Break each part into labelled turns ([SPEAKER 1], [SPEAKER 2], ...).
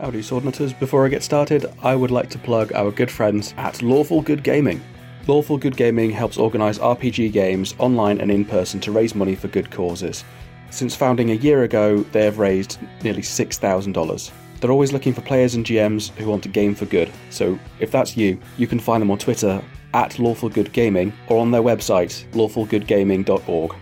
[SPEAKER 1] Howdy, Swordnutters. Before I get started, I would like to plug our good friends at Lawful Good Gaming. Lawful Good Gaming helps organise RPG games online and in person to raise money for good causes. Since founding a year ago, they have raised nearly $6,000. They're always looking for players and GMs who want to game for good, so if that's you, you can find them on Twitter at Lawful Good Gaming or on their website, lawfulgoodgaming.org.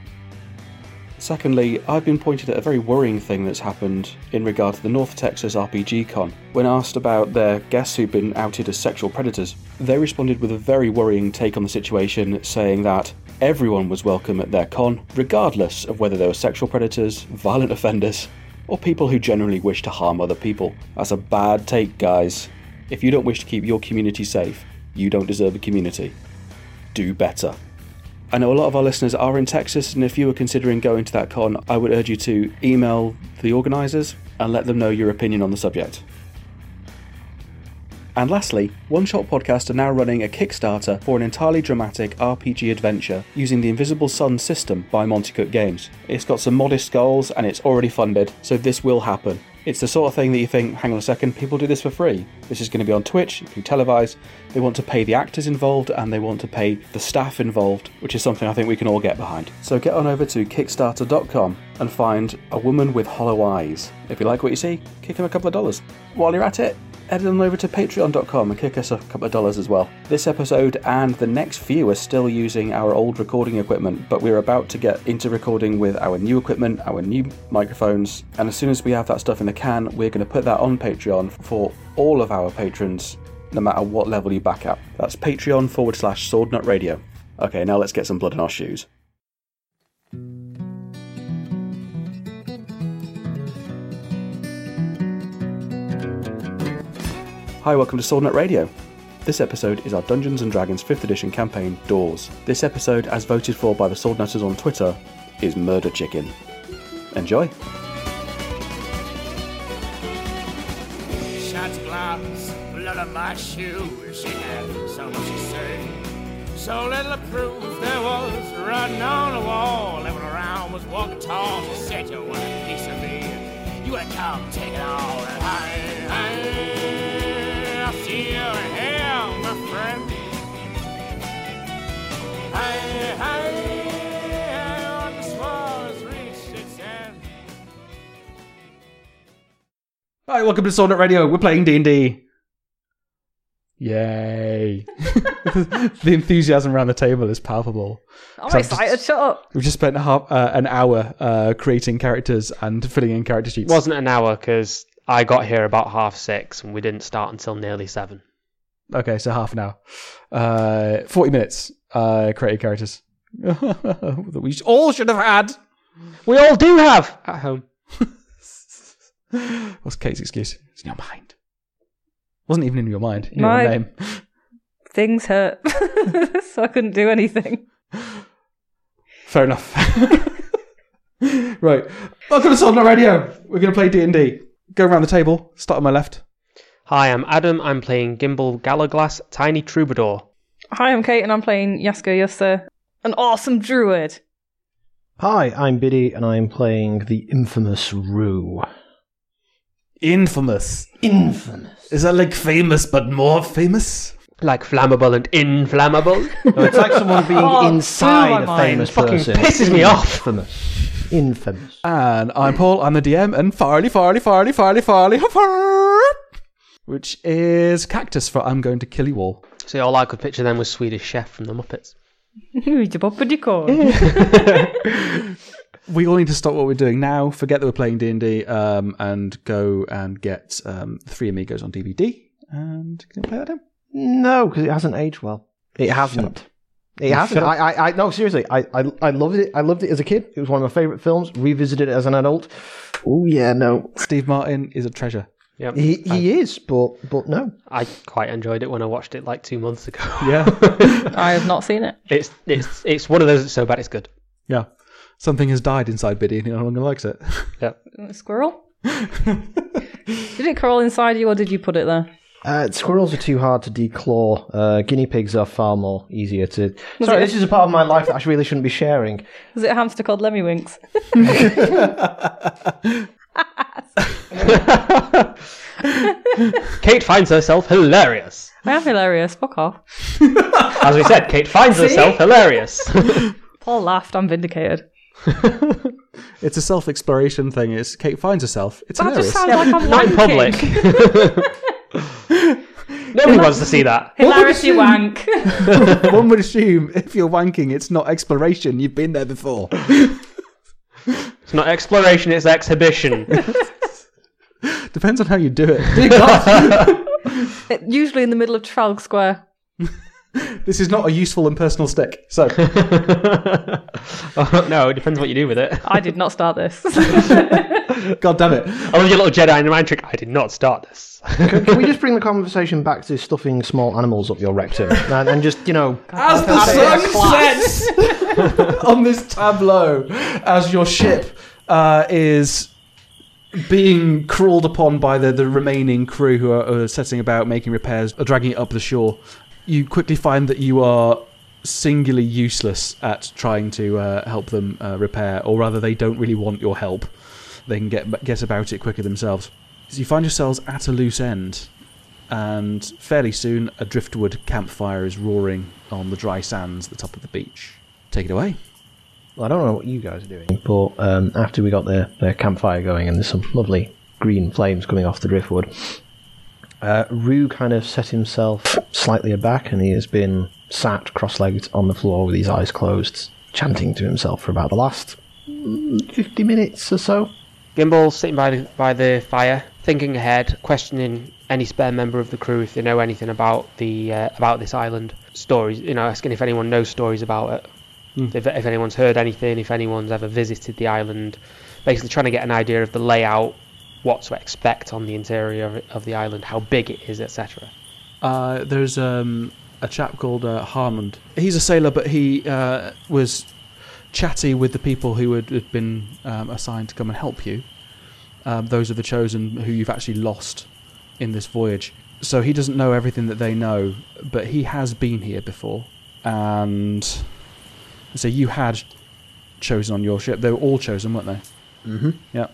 [SPEAKER 1] Secondly, I've been pointed at a very worrying thing that's happened in regard to the North Texas RPG Con. When asked about their guests who've been outed as sexual predators, they responded with a very worrying take on the situation, saying that everyone was welcome at their con, regardless of whether they were sexual predators, violent offenders, or people who generally wish to harm other people. That's a bad take, guys. If you don't wish to keep your community safe, you don't deserve a community. Do better. I know a lot of our listeners are in Texas, and if you were considering going to that con, I would urge you to email the organisers and let them know your opinion on the subject. And lastly, One Shot Podcast are now running a Kickstarter for an entirely dramatic RPG adventure using the Invisible Sun system by Monty Cook Games. It's got some modest goals and it's already funded, so this will happen. It's the sort of thing that you think, hang on a second, people do this for free. This is going to be on Twitch, it can be televised. They want to pay the actors involved and they want to pay the staff involved, which is something I think we can all get behind. So get on over to Kickstarter.com and find A Woman with Hollow Eyes. If you like what you see, kick them a couple of dollars. While you're at it, head on over to patreon.com and kick us a couple of dollars as well. This episode and the next few are still using our old recording equipment, but we're about to get into recording with our new equipment, our new microphones, and as soon as we have that stuff in the can, we're going to put that on Patreon for all of our patrons, no matter what level you back at. That's patreon forward slash swordnut radio. Okay, now let's get some blood in our shoes. Hi, welcome to Swordnut Radio. This episode is our Dungeons and Dragons 5th edition campaign, Doors. This episode, as voted for by the Swordnutters on Twitter, is Murder Chicken. Enjoy.
[SPEAKER 2] Shots blobs, blood on my shoe. She had so much to say, so little to prove. There was writing on the wall, living around was walking tall. She said you want a piece of me, you would come take it all. And I, I, I'll see you in hell, my friend. Hey, hey, on the swords reached its end.
[SPEAKER 1] Hi, welcome to Swordnut Radio. We're playing D&D. Yay. the enthusiasm around the table is palpable.
[SPEAKER 3] I'm
[SPEAKER 1] So I've
[SPEAKER 3] excited.
[SPEAKER 1] just-
[SPEAKER 3] Shut up.
[SPEAKER 1] We've just spent half, uh, an hour uh, creating characters and filling in character sheets.
[SPEAKER 4] wasn't an hour because I got here about half six and we didn't start until nearly seven.
[SPEAKER 1] Okay, so half an hour. Uh, 40 minutes uh, creating characters. that we all should have had.
[SPEAKER 4] We all do have at home.
[SPEAKER 1] What's Kate's excuse? It's in your mind. Wasn't even in your mind. In
[SPEAKER 3] My-
[SPEAKER 1] your name.
[SPEAKER 3] Things hurt, so I couldn't do anything.
[SPEAKER 1] Fair enough. right. Welcome to Solid Radio. We're going to play D and D. Go around the table. Start on my left.
[SPEAKER 4] Hi, I'm Adam. I'm playing Gimbal Galaglass, Tiny Troubadour.
[SPEAKER 3] Hi, I'm Kate, and I'm playing Yasko Yassa, an awesome druid.
[SPEAKER 5] Hi, I'm Biddy, and I'm playing the infamous Rue.
[SPEAKER 1] Infamous.
[SPEAKER 5] Infamous.
[SPEAKER 1] Is that like famous but more famous?
[SPEAKER 4] Like flammable and inflammable.
[SPEAKER 5] No, it's like someone being
[SPEAKER 3] Oh, blew my
[SPEAKER 5] inside a
[SPEAKER 3] mind.
[SPEAKER 5] famous
[SPEAKER 4] Fucking
[SPEAKER 5] person.
[SPEAKER 4] pisses me off.
[SPEAKER 5] Infamous. Infamous.
[SPEAKER 1] And I'm Paul. I'm the DM. And Farley, Farley, Farley, Farley, Farley, Huffer, which is cactus for I'm going to kill you all.
[SPEAKER 4] so all I could picture then was Swedish Chef from the Muppets.
[SPEAKER 3] Jabopadico.
[SPEAKER 1] we all need to stop what we're doing now, forget that we're playing D and D, um, and go and get um, Three Amigos on DVD and can play that down.
[SPEAKER 5] No, because it hasn't aged well. It hasn't. It hasn't. I, I, I, no, seriously, I, I, I loved it. I loved it as a kid. It was one of my favourite films. Revisited it as an adult. Oh yeah, no,
[SPEAKER 1] Steve Martin is a treasure.
[SPEAKER 4] Yep.
[SPEAKER 5] he, he is, but, but no.
[SPEAKER 4] I quite enjoyed it when I watched it like two months ago.
[SPEAKER 1] Yeah,
[SPEAKER 3] I have not seen it.
[SPEAKER 4] It's it's it's one of those that's so bad it's good.
[SPEAKER 1] yeah. Something has died inside Biddy, and he no longer likes it.
[SPEAKER 3] Squirrel? did it crawl inside you, or did you put it there?
[SPEAKER 5] Uh, squirrels are too hard to declaw. Uh, guinea pigs are far more easier to. Sorry,
[SPEAKER 3] it-
[SPEAKER 5] this is a part of my life that I really shouldn't be sharing.
[SPEAKER 3] Was it a hamster called Lemmy Winks?
[SPEAKER 4] Kate finds herself hilarious.
[SPEAKER 3] I am hilarious. Fuck off.
[SPEAKER 4] As we said, Kate finds herself hilarious.
[SPEAKER 3] Paul laughed. I'm vindicated.
[SPEAKER 1] It's a self exploration thing. It's Kate finds herself. It's
[SPEAKER 3] That
[SPEAKER 1] hilarious.
[SPEAKER 3] just sounds like I'm
[SPEAKER 4] Not in
[SPEAKER 3] wanking.
[SPEAKER 4] public. Nobody wants to see that.
[SPEAKER 3] Hilarity wank.
[SPEAKER 1] One would assume if you're wanking, it's not exploration. You've been there before.
[SPEAKER 4] It's not exploration, it's exhibition.
[SPEAKER 1] Depends on how you do it.
[SPEAKER 3] Usually in the middle of Trafalgar Square.
[SPEAKER 1] this is not a useful and personal stick. So,
[SPEAKER 4] Oh, no, it depends what you do with it.
[SPEAKER 3] I did not start this.
[SPEAKER 1] God damn it.
[SPEAKER 4] I love your little Jedi and mind trick. I did not start this.
[SPEAKER 5] Can we just bring the conversation back to stuffing small animals up your rectum and, and just, you know,
[SPEAKER 1] As the sun sets on this tableau, as your ship uh, is being crawled upon by the, the remaining crew who are, are setting about making repairs or dragging it up the shore, you quickly find that you are singularly useless at trying to uh, help them uh, repair, or rather, they don't really want your help. They can get get about it quicker themselves. So you find yourselves at a loose end, and fairly soon a driftwood campfire is roaring on the dry sands at the top of the beach. Take it away.
[SPEAKER 5] I don't know what you guys are doing, but um, after we got the, the campfire going and there's some lovely green flames coming off the driftwood, uh, Rue kind of set himself slightly aback and he has been sat cross legged on the floor with his eyes closed, chanting to himself for about the last mm, 50 minutes or so.
[SPEAKER 4] Gimbal sitting by the, by the fire, thinking ahead, questioning any spare member of the crew if they know anything about the uh, about this island. Stories, you know, asking if anyone knows stories about it, if, if anyone's heard anything, if anyone's ever visited the island. Basically, trying to get an idea of the layout, what to expect on the interior of, of the island, how big it is, etc.
[SPEAKER 1] Uh, there's um, a chap called uh, Harmond. He's a sailor, but he uh, was chatty with the people who had, had been um, assigned to come and help you. Um, those of the chosen who you've actually lost in this voyage. So he doesn't know everything that they know, but he has been here before. And so you had chosen on your ship. They were all chosen, weren't they? Mm-hmm. Yeah.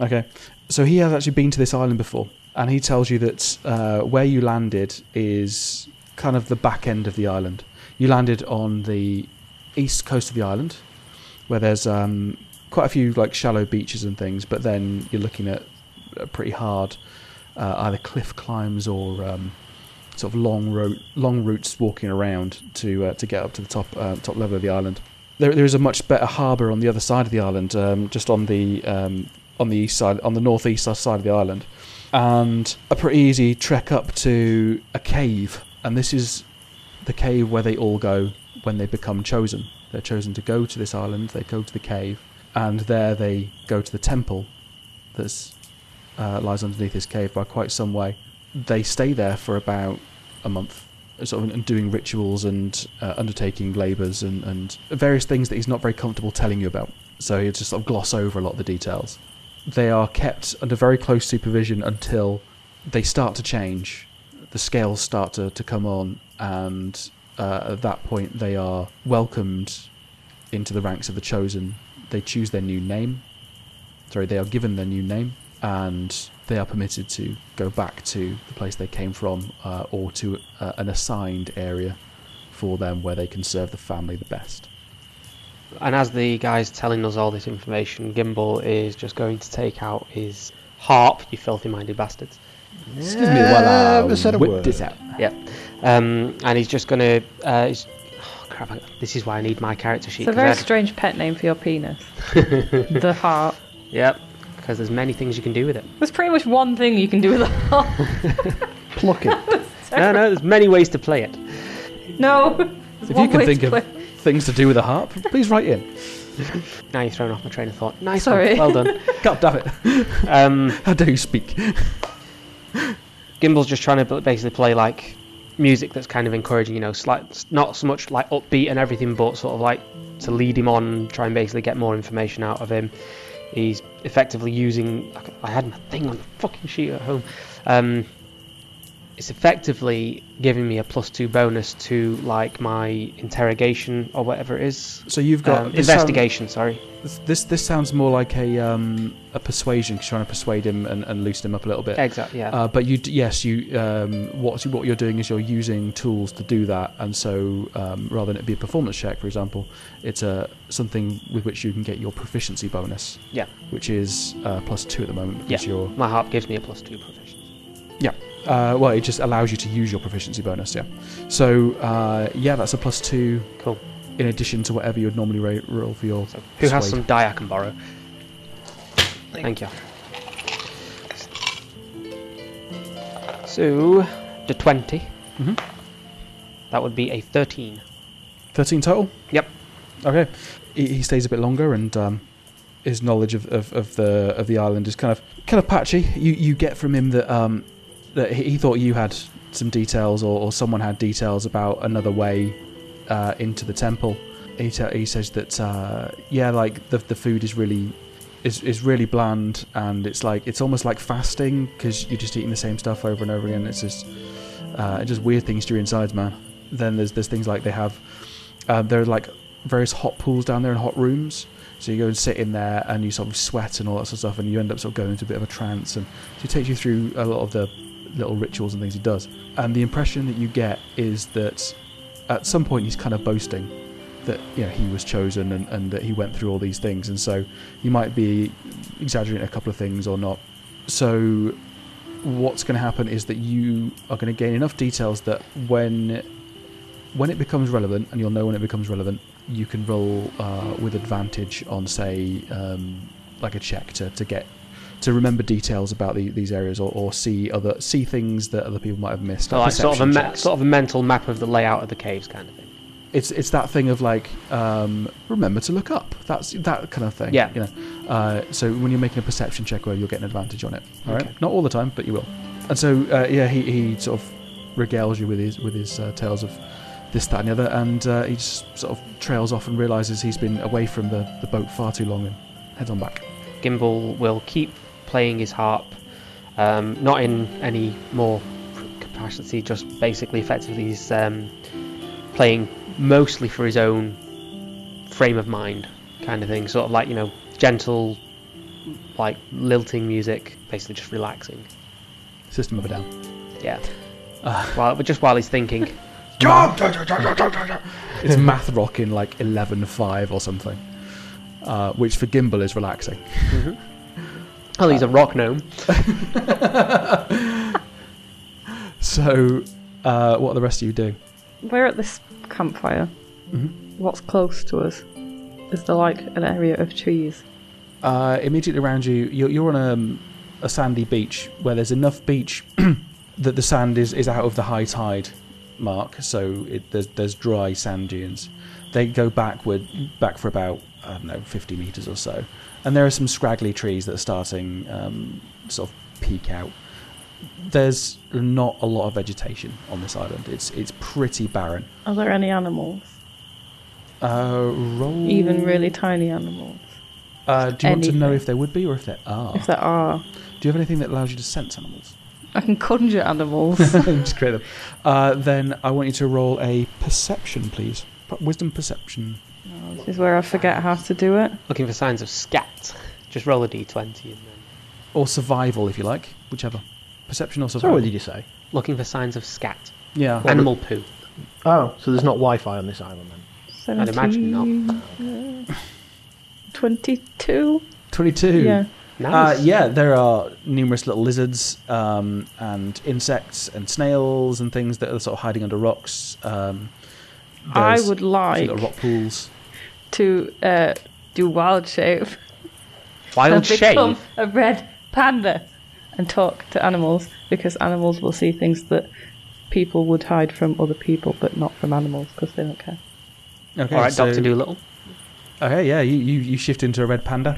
[SPEAKER 1] Okay. So he has actually been to this island before, and he tells you that uh, where you landed is kind of the back end of the island. You landed on the east coast of the island, where there's um, quite a few like shallow beaches and things, but then you're looking at uh, pretty hard uh, either cliff climbs or um, sort of long road, long routes walking around to uh, to get up to the top uh, top level of the island. There, there is a much better harbour on the other side of the island, um, just on the um, on the east side, on the northeast side of the island, and a pretty easy trek up to a cave. And this is the cave where they all go when they become chosen. They're chosen to go to this island. They go to the cave, and there they go to the temple that's uh, lies underneath this cave by quite some way. They stay there for about a month, sort of and doing rituals and uh, undertaking labours and, and various things that he's not very comfortable telling you about. So he'll just sort of gloss over a lot of the details. They are kept under very close supervision until they start to change. The scales start to, to come on, and uh, at that point, they are welcomed into the ranks of the chosen. They choose their new name, sorry, they are given their new name and they are permitted to go back to the place they came from uh, or to uh, an assigned area for them where they can serve the family the best.
[SPEAKER 4] And as the guy's telling us all this information, Gimbal is just going to take out his harp, you filthy minded bastards.
[SPEAKER 1] Excuse me while I
[SPEAKER 5] Never Uh, said a
[SPEAKER 1] whip
[SPEAKER 5] word.
[SPEAKER 1] this out.
[SPEAKER 4] Yep. Um, and he's just gonna. Uh, he's, oh, crap! I, this is why I need my character sheet.
[SPEAKER 3] It's a
[SPEAKER 4] 'cause
[SPEAKER 3] very
[SPEAKER 4] I'd-
[SPEAKER 3] strange pet name for your penis. the heart.
[SPEAKER 4] Yep. Because there's many things you can do with it.
[SPEAKER 3] There's pretty much one thing you can do with a heart.
[SPEAKER 5] Pluck it.
[SPEAKER 4] No, no. There's many ways to play it.
[SPEAKER 3] No. There's
[SPEAKER 1] If
[SPEAKER 3] one
[SPEAKER 1] you can
[SPEAKER 3] way to
[SPEAKER 1] think of
[SPEAKER 3] play-
[SPEAKER 1] things to do with a harp, please write in.
[SPEAKER 4] Now you're throwing off my train of thought. Nice
[SPEAKER 3] Sorry.
[SPEAKER 4] one. Well done.
[SPEAKER 1] God damn it.
[SPEAKER 4] Um,
[SPEAKER 1] How dare you speak?
[SPEAKER 4] Gimbal's just trying to b- basically play like music that's kind of encouraging, you know, slight, not so much like upbeat and everything, but sort of like to lead him on, try and basically get more information out of him. He's effectively using. I c- I had my thing on the fucking sheet at home. Um, it's effectively giving me a plus two bonus to like my interrogation or whatever it is.
[SPEAKER 1] So you've got
[SPEAKER 4] Um,
[SPEAKER 1] this sound-
[SPEAKER 4] investigation, sorry.
[SPEAKER 1] this- this this sounds more like a um, a persuasion, 'cause you're trying to persuade him and, and loosen him up a little bit.
[SPEAKER 4] Exactly. Yeah.
[SPEAKER 1] Uh, but you, d- yes, you. Um, what what you're doing is you're using tools to do that, and so um, rather than it be a performance check, for example, it's a something with which you can get your proficiency bonus.
[SPEAKER 4] Yeah.
[SPEAKER 1] Which is uh, plus two at the moment because
[SPEAKER 4] Yeah.
[SPEAKER 1] you're.
[SPEAKER 4] my harp gives me a plus two proficiency.
[SPEAKER 1] Uh, well, it just allows you to use your proficiency bonus. Yeah. So uh, yeah, that's a plus two
[SPEAKER 4] Cool.
[SPEAKER 1] in addition to whatever you'd normally ra- roll for your.
[SPEAKER 4] So who has
[SPEAKER 1] persuade.
[SPEAKER 4] some die I can borrow? Thank you. So the 20
[SPEAKER 1] Mhm.
[SPEAKER 4] That would be a thirteen.
[SPEAKER 1] Thirteen total.
[SPEAKER 4] Yep.
[SPEAKER 1] Okay. He, he stays a bit longer, and um, his knowledge of, of, of the of the island is kind of kind of patchy. You you get from him that um, that he he thought you had some details, or, or someone had details about another way uh, into the temple. He, te- he says that uh, yeah, like the the food is really. Is, is really bland and it's like it's almost like fasting because you're just eating the same stuff over and over again. It's just uh, just weird things to your insides, man. Then there's there's things like they have uh, there are like various hot pools down there and hot rooms. So you go and sit in there and you sort of sweat and all that sort of stuff, and you end up sort of going into a bit of a trance. And so he takes you through a lot of the little rituals and things he does. And the impression that you get is that at some point he's kind of boasting that you know he was chosen and, and that he went through all these things. And so you might be exaggerating a couple of things or not. So what's going to happen is that you are going to gain enough details that when when it becomes relevant, and you'll know when it becomes relevant, you can roll uh, with advantage on, say, um, like a check to, to get to remember details about the, these areas or, or see other see things that other people might have missed.
[SPEAKER 4] So Oh, like sort of a
[SPEAKER 1] perception
[SPEAKER 4] ma-
[SPEAKER 1] checks.
[SPEAKER 4] sort of a mental map of the layout of the caves kind of thing.
[SPEAKER 1] it's it's that thing of like um, remember to look up. That's that kind of thing.
[SPEAKER 4] Yeah.
[SPEAKER 1] You know. Uh, so when you're making a perception check, where you'll get an advantage on it. All right.
[SPEAKER 4] Okay.
[SPEAKER 1] Not all the time, but you will. And so uh, yeah, he, he sort of regales you with his with his uh, tales of this, that, and the other, and uh, he just sort of trails off and realizes he's been away from the, the boat far too long and heads on back.
[SPEAKER 4] Gimbal will keep playing his harp, um, not in any more capacity, just basically effectively he's um, playing mostly for his own frame of mind kind of thing, sort of like, you know, gentle, like lilting music, basically just relaxing.
[SPEAKER 1] System of a down.
[SPEAKER 4] Yeah. while, but just while he's thinking,
[SPEAKER 1] It's math rock in like eleven five or something, uh, which for Gimbal is relaxing.
[SPEAKER 4] oh, he's a rock gnome.
[SPEAKER 1] So uh, what are the rest of you doing?
[SPEAKER 3] We're at this campfire.
[SPEAKER 1] Mm-hmm.
[SPEAKER 3] What's close to us? Is there like an area of trees?
[SPEAKER 1] uh, immediately around you, you're, you're on um, a, a sandy beach where there's enough beach that the sand is, is out of the high tide mark, so it, there's, there's dry sand dunes. They go backward, back for about, I don't know, 50 metres or so. And there are some scraggly trees that are starting um, sort of peek out. There's not a lot of vegetation on this island. It's it's pretty barren.
[SPEAKER 3] Are there any animals?
[SPEAKER 1] Uh, roll.
[SPEAKER 3] Even really tiny animals?
[SPEAKER 1] Uh, do you want to know
[SPEAKER 3] Mm. anything.
[SPEAKER 1] if there would be or if there are?
[SPEAKER 3] If there are,
[SPEAKER 1] Do you have anything that allows you to sense animals?
[SPEAKER 3] I can conjure animals.
[SPEAKER 1] just create them. Uh, then I want you to roll a perception, please. P- Wisdom perception.
[SPEAKER 3] this is where I forget how to do it.
[SPEAKER 4] Looking for signs of scat. Just roll a d20 and then.
[SPEAKER 1] Or survival, if you like. Whichever. Perception or
[SPEAKER 5] Sorry,
[SPEAKER 1] survival.
[SPEAKER 5] what did you say?
[SPEAKER 4] Looking for signs of scat.
[SPEAKER 1] yeah.
[SPEAKER 4] Animal poo.
[SPEAKER 5] Oh, so there's not Wi-Fi on this island then?
[SPEAKER 3] 17,
[SPEAKER 4] imagine not.
[SPEAKER 3] 22?
[SPEAKER 1] 22.
[SPEAKER 3] Yeah.
[SPEAKER 4] Nice.
[SPEAKER 1] Uh, yeah, there are numerous little lizards um, and insects and snails and things that are sort of hiding under rocks. Um,
[SPEAKER 3] I
[SPEAKER 1] there's
[SPEAKER 3] would
[SPEAKER 1] a few
[SPEAKER 3] like
[SPEAKER 1] little rock pools.
[SPEAKER 3] to uh, do wild shape.
[SPEAKER 4] Wild
[SPEAKER 3] and become
[SPEAKER 4] shape.
[SPEAKER 3] a red panda and talk to animals because animals will see things that people would hide from other people but not from animals because they don't care.
[SPEAKER 1] Okay,
[SPEAKER 4] All right,
[SPEAKER 1] so-
[SPEAKER 4] Doctor Doolittle.
[SPEAKER 1] Okay, yeah, you, you, you shift into a red panda.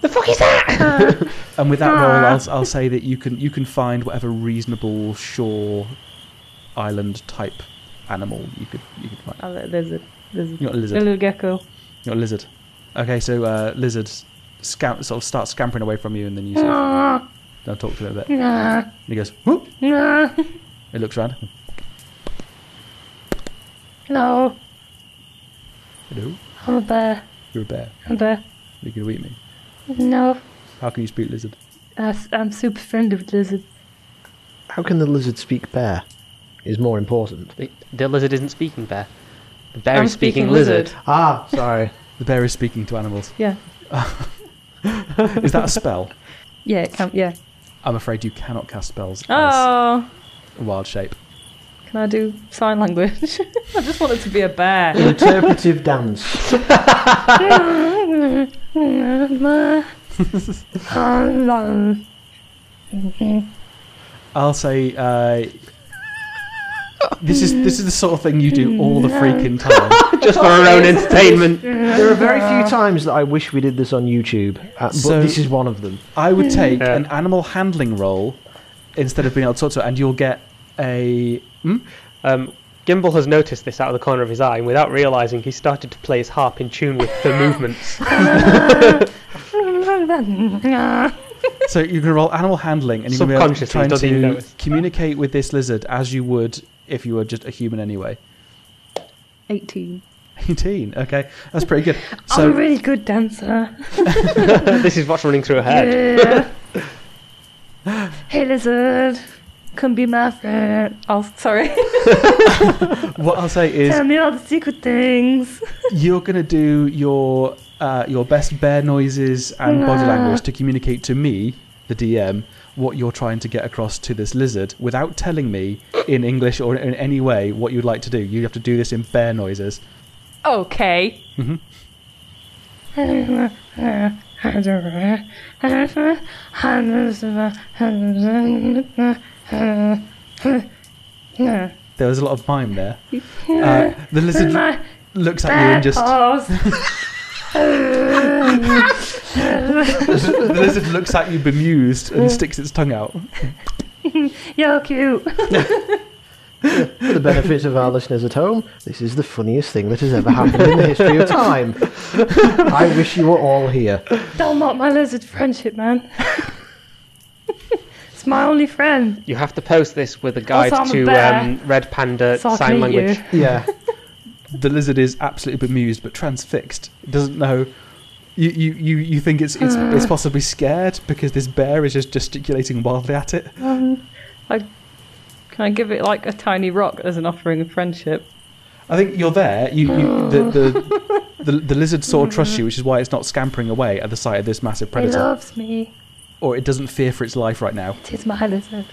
[SPEAKER 1] The fuck is that? and with that roll, I'll, s- I'll say that you can you can find whatever reasonable shore island type animal you could you could find.
[SPEAKER 3] Oh, there- there's a there's a,
[SPEAKER 1] You got a
[SPEAKER 3] a
[SPEAKER 1] lizard.
[SPEAKER 3] little gecko.
[SPEAKER 1] You got a lizard. Okay, so uh, lizard scam- sort of starts scampering away from you, and then you sort of
[SPEAKER 6] I'll talk to it a bit. And he goes, whoop.
[SPEAKER 3] No,
[SPEAKER 6] He looks round.
[SPEAKER 3] no,
[SPEAKER 6] Hello,
[SPEAKER 3] I'm a bear.
[SPEAKER 6] you're a bear.
[SPEAKER 3] I'm a bear.
[SPEAKER 6] Are you going to eat me?
[SPEAKER 3] No,
[SPEAKER 6] How can you speak lizard?
[SPEAKER 3] I, am super friendly with lizards.
[SPEAKER 5] How can the lizard speak bear? Is more important.
[SPEAKER 4] The, the lizard isn't speaking bear. The bear
[SPEAKER 3] I'm
[SPEAKER 4] is speaking, lizard.
[SPEAKER 5] Ah, sorry.
[SPEAKER 6] The bear is speaking to animals.
[SPEAKER 3] Yeah,
[SPEAKER 6] Is that a spell?
[SPEAKER 3] yeah, it can, yeah.
[SPEAKER 6] I'm afraid you cannot cast spells as
[SPEAKER 3] Oh,
[SPEAKER 6] a wild shape.
[SPEAKER 3] can I do sign language? I just wanted to be a bear.
[SPEAKER 5] Interpretive dance.
[SPEAKER 6] I'll say uh, this is this is the sort of thing you do all the freaking time.
[SPEAKER 4] Just for our own entertainment.
[SPEAKER 5] There are very few times that I wish we did this on YouTube, uh, but
[SPEAKER 6] So-
[SPEAKER 5] this is one of them.
[SPEAKER 6] I would take an animal handling role instead of being able to talk to it, and you'll get a. Hmm?
[SPEAKER 4] Um, Gimbal has noticed this out of the corner of his eye, and without realising, he started to play his harp in tune with her movements.
[SPEAKER 6] So you're going to roll animal handling, and you're going to be
[SPEAKER 4] Subconsciously,
[SPEAKER 6] trying
[SPEAKER 4] doesn't
[SPEAKER 6] to
[SPEAKER 4] even notice.
[SPEAKER 6] communicate with this lizard as you would if you were just a human anyway.
[SPEAKER 3] 18.
[SPEAKER 6] 18. Okay, that's pretty good. So
[SPEAKER 3] I'm a really good dancer.
[SPEAKER 4] this is what's running through her head.
[SPEAKER 3] Yeah. hey, lizard. Come be my friend. Oh, sorry.
[SPEAKER 6] what I'll say is
[SPEAKER 3] Tell me all the secret things.
[SPEAKER 6] You're gonna do your uh, your best bear noises and body language to communicate to me, the DM, what you're trying to get across to this lizard without telling me in English or in any way what you'd like to do. You have to do this in bear noises.
[SPEAKER 3] Okay.
[SPEAKER 6] Mm-hmm. There was a lot of mime there. Uh, the lizard
[SPEAKER 3] My
[SPEAKER 6] looks at you and just
[SPEAKER 3] paws.
[SPEAKER 6] the lizard looks at you bemused and sticks its tongue out.
[SPEAKER 3] You're cute.
[SPEAKER 5] For the benefit of our listeners at home, this is the funniest thing that has ever happened in the history of time. I wish you were all here.
[SPEAKER 3] Don't mock my lizard friendship, man. it's my only friend.
[SPEAKER 4] You have to post this with a guide
[SPEAKER 3] Also, I'm a
[SPEAKER 4] to
[SPEAKER 3] bear.
[SPEAKER 4] um, Red Panda
[SPEAKER 3] So I
[SPEAKER 4] sign
[SPEAKER 3] can eat
[SPEAKER 4] language.
[SPEAKER 3] you.
[SPEAKER 5] Yeah.
[SPEAKER 6] The lizard is absolutely bemused but transfixed. It doesn't know. You, you, you, you think it's, it's,
[SPEAKER 3] Ah.
[SPEAKER 6] it's possibly scared because this bear is just gesticulating wildly at it.
[SPEAKER 3] Can I give it like a tiny rock as an offering of friendship?
[SPEAKER 6] I think you're there. You, you the, the, the the lizard sort of trusts you, which is why it's not scampering away at the sight of this massive
[SPEAKER 3] It
[SPEAKER 6] predator,
[SPEAKER 3] loves me.
[SPEAKER 6] or it doesn't fear for its life right now.
[SPEAKER 3] It is my lizard.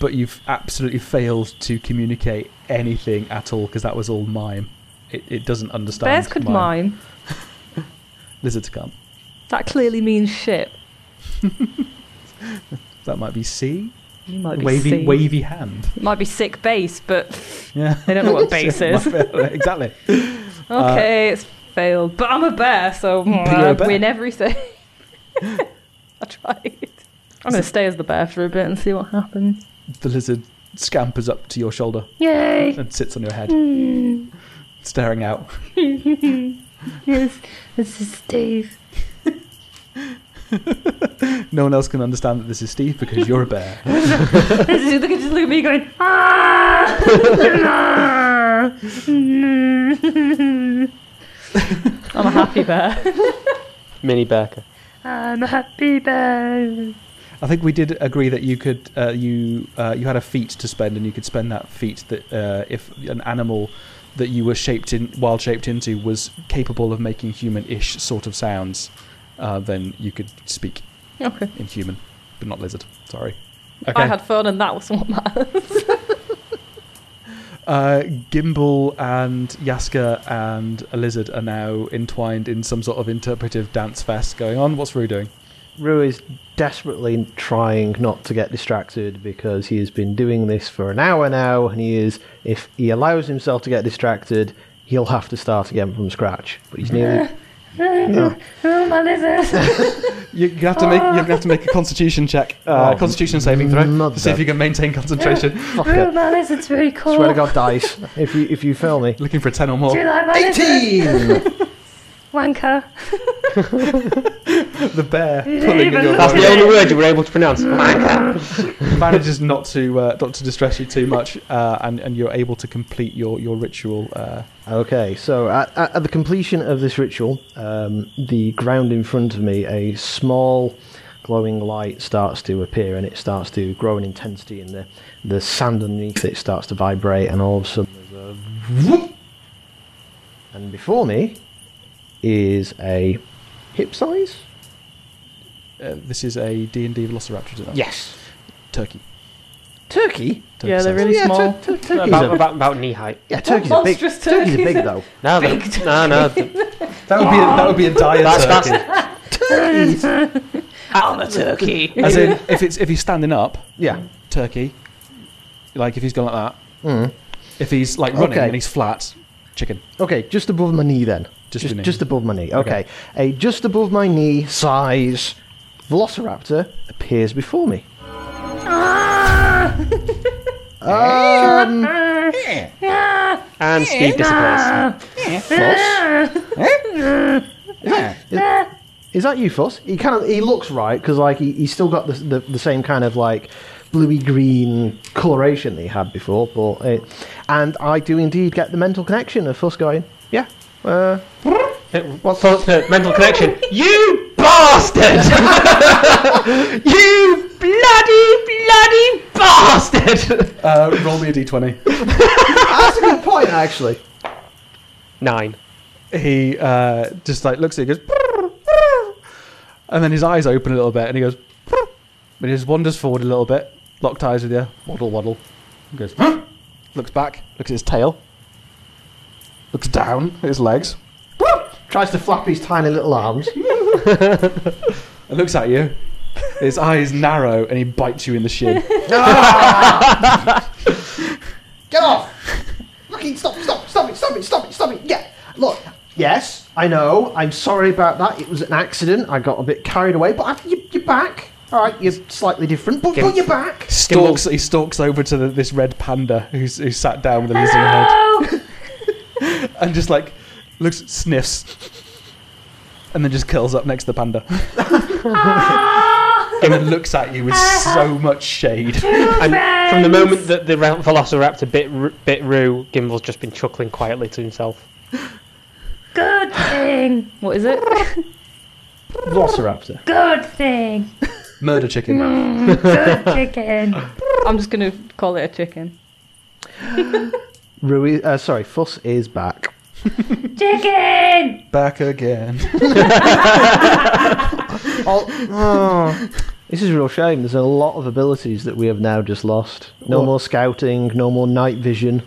[SPEAKER 6] But you've absolutely failed to communicate anything at all because that was all mime. It, it doesn't understand.
[SPEAKER 3] Bears could mime.
[SPEAKER 6] Lizards can't.
[SPEAKER 3] That clearly means ship.
[SPEAKER 6] That might be sea,
[SPEAKER 3] You might be
[SPEAKER 6] wavy
[SPEAKER 3] sick.
[SPEAKER 6] wavy hand.
[SPEAKER 3] It might be sick base, but
[SPEAKER 6] Yeah,
[SPEAKER 3] they don't know what base is.
[SPEAKER 6] exactly.
[SPEAKER 3] Okay, it's failed. But I'm a bear, so
[SPEAKER 6] But Uh, you're a
[SPEAKER 3] I
[SPEAKER 6] bear.
[SPEAKER 3] win everything. I tried. I'm going to stay as the bear for a bit and see what happens.
[SPEAKER 6] The lizard scampers up to your shoulder
[SPEAKER 3] Yay!
[SPEAKER 6] and sits on your head, staring out.
[SPEAKER 3] Yes, this is Steve.
[SPEAKER 6] No one else can understand that this is Steve because you're a bear.
[SPEAKER 3] This is- Look at just look at me going, ah! I'm a happy bear.
[SPEAKER 4] Mini Berker.
[SPEAKER 3] I'm a happy bear.
[SPEAKER 6] I think we did agree that you could uh, you uh, you had a feat to spend, and you could spend that feat that uh, if an animal that you were shaped in wild shaped into was capable of making human-ish sort of sounds, uh, then you could speak
[SPEAKER 3] Okay.
[SPEAKER 6] in human, but not lizard. Sorry.
[SPEAKER 3] I had fun, and that was what mattered.
[SPEAKER 6] Uh, Gimbal and Yaska and a lizard are now entwined in some sort of interpretive dance fest going on. What's Rue doing?
[SPEAKER 5] Rue is desperately trying not to get distracted because he has been doing this for an hour now, and he is, if he allows himself to get distracted, he'll have to start again from scratch. But he's nearly.
[SPEAKER 3] Oh, my lizard.
[SPEAKER 6] You're gonna have to make you're gonna have to make a Constitution check, uh,
[SPEAKER 5] Oh,
[SPEAKER 6] Constitution saving throw, to see if
[SPEAKER 5] mother.
[SPEAKER 6] you can maintain concentration.
[SPEAKER 5] Fuck
[SPEAKER 3] Oh,
[SPEAKER 5] it.
[SPEAKER 3] my lizard's really cool.
[SPEAKER 5] Swear to God, dice. If you if you fail me.
[SPEAKER 6] Looking for a ten or
[SPEAKER 3] Do
[SPEAKER 6] more.
[SPEAKER 3] you like my lizard?
[SPEAKER 5] Eighteen.
[SPEAKER 3] Wanker.
[SPEAKER 6] the bear pulling in your
[SPEAKER 4] That's the
[SPEAKER 6] boat
[SPEAKER 4] only word you were able to pronounce.
[SPEAKER 6] manages not to uh, not to distress you too much, uh, and and you're able to complete your your ritual. Uh,
[SPEAKER 5] Okay, so at, at at the completion of this ritual, um, the ground in front of me, a small glowing light starts to appear and it starts to grow in intensity, and the, the sand underneath it starts to vibrate, and all of a sudden there's a whoop. And before me is a hip size?
[SPEAKER 6] uh, this is a D and D Velociraptor. Isn't it?
[SPEAKER 5] Yes.
[SPEAKER 6] turkey.
[SPEAKER 5] Turkey?
[SPEAKER 6] turkey
[SPEAKER 3] Yeah, they're
[SPEAKER 6] size.
[SPEAKER 3] really
[SPEAKER 5] yeah,
[SPEAKER 3] small.
[SPEAKER 5] tur- tur- turkeys
[SPEAKER 4] about,
[SPEAKER 5] are-
[SPEAKER 4] about, about knee height.
[SPEAKER 5] yeah, turkeys are big.
[SPEAKER 3] Monstrous
[SPEAKER 5] Turkeys are
[SPEAKER 3] turkeys.
[SPEAKER 5] big, though.
[SPEAKER 4] No, they're- no, no. th-
[SPEAKER 6] That would be a, that would be a dire
[SPEAKER 4] That's,
[SPEAKER 6] turkey.
[SPEAKER 4] that's,
[SPEAKER 3] I'm a turkey.
[SPEAKER 6] As in, if it's if he's standing up,
[SPEAKER 5] Yeah.
[SPEAKER 6] turkey. Like if he's gone like that.
[SPEAKER 5] Mm.
[SPEAKER 6] Hmm. If he's like running
[SPEAKER 5] Okay.
[SPEAKER 6] and he's flat, chicken.
[SPEAKER 5] Okay, just above my knee then.
[SPEAKER 6] Just
[SPEAKER 5] Just
[SPEAKER 6] your knee.
[SPEAKER 5] just, above my knee. Okay. a just above my knee size Velociraptor appears before me.
[SPEAKER 4] and Steve disappears.
[SPEAKER 5] Is that you, Fuss? He kind of he looks right because like he, he's still got the, the the same kind of like bluey green coloration that he had before. But it, and I do indeed get the mental connection of Fuss going, yeah, uh,
[SPEAKER 4] What sort of no, mental connection? You bastard! you bloody, bloody bastard!
[SPEAKER 6] Uh, roll me a d20.
[SPEAKER 5] "Ah, that's a good point actually.
[SPEAKER 4] Nine.
[SPEAKER 6] He uh, just like looks at you, goes, and then his eyes open a little bit, and he goes, but he just wanders forward a little bit, locked eyes with you, waddle waddle, He goes, huh? looks back, looks at his tail, looks down at his legs,
[SPEAKER 5] Tries to flap his tiny little arms.
[SPEAKER 6] and looks at you. His eyes narrow, and he bites you in the shin.
[SPEAKER 5] Get off! Fucking stop, stop, stop it, stop it, stop it, stop it. Yeah, look. Yes, I know. I'm sorry about that. It was an accident. I got a bit carried away, but I, you, you're back. All right, you're slightly different, but, but you're back.
[SPEAKER 6] stalks. He stalks over to the, this red panda who's who sat down with a lizard head, and just like looks, sniffs, and then just curls up next to the panda, and then looks at you with so much shade.
[SPEAKER 4] And from the moment that the ra- Velociraptor bit Ru- bit Roo, Gimble's just been chuckling quietly to himself.
[SPEAKER 7] Good thing.
[SPEAKER 3] What is it?
[SPEAKER 5] Velociraptor.
[SPEAKER 7] Good thing.
[SPEAKER 6] Murder chicken.
[SPEAKER 7] Good chicken.
[SPEAKER 3] I'm just going to call it a chicken.
[SPEAKER 5] Rui, uh, sorry, Fuss is back.
[SPEAKER 7] Chicken.
[SPEAKER 6] Back again.
[SPEAKER 5] Oh, this is a real shame. There's a lot of abilities that we have now just lost. No
[SPEAKER 6] What?
[SPEAKER 5] more scouting. No more night vision.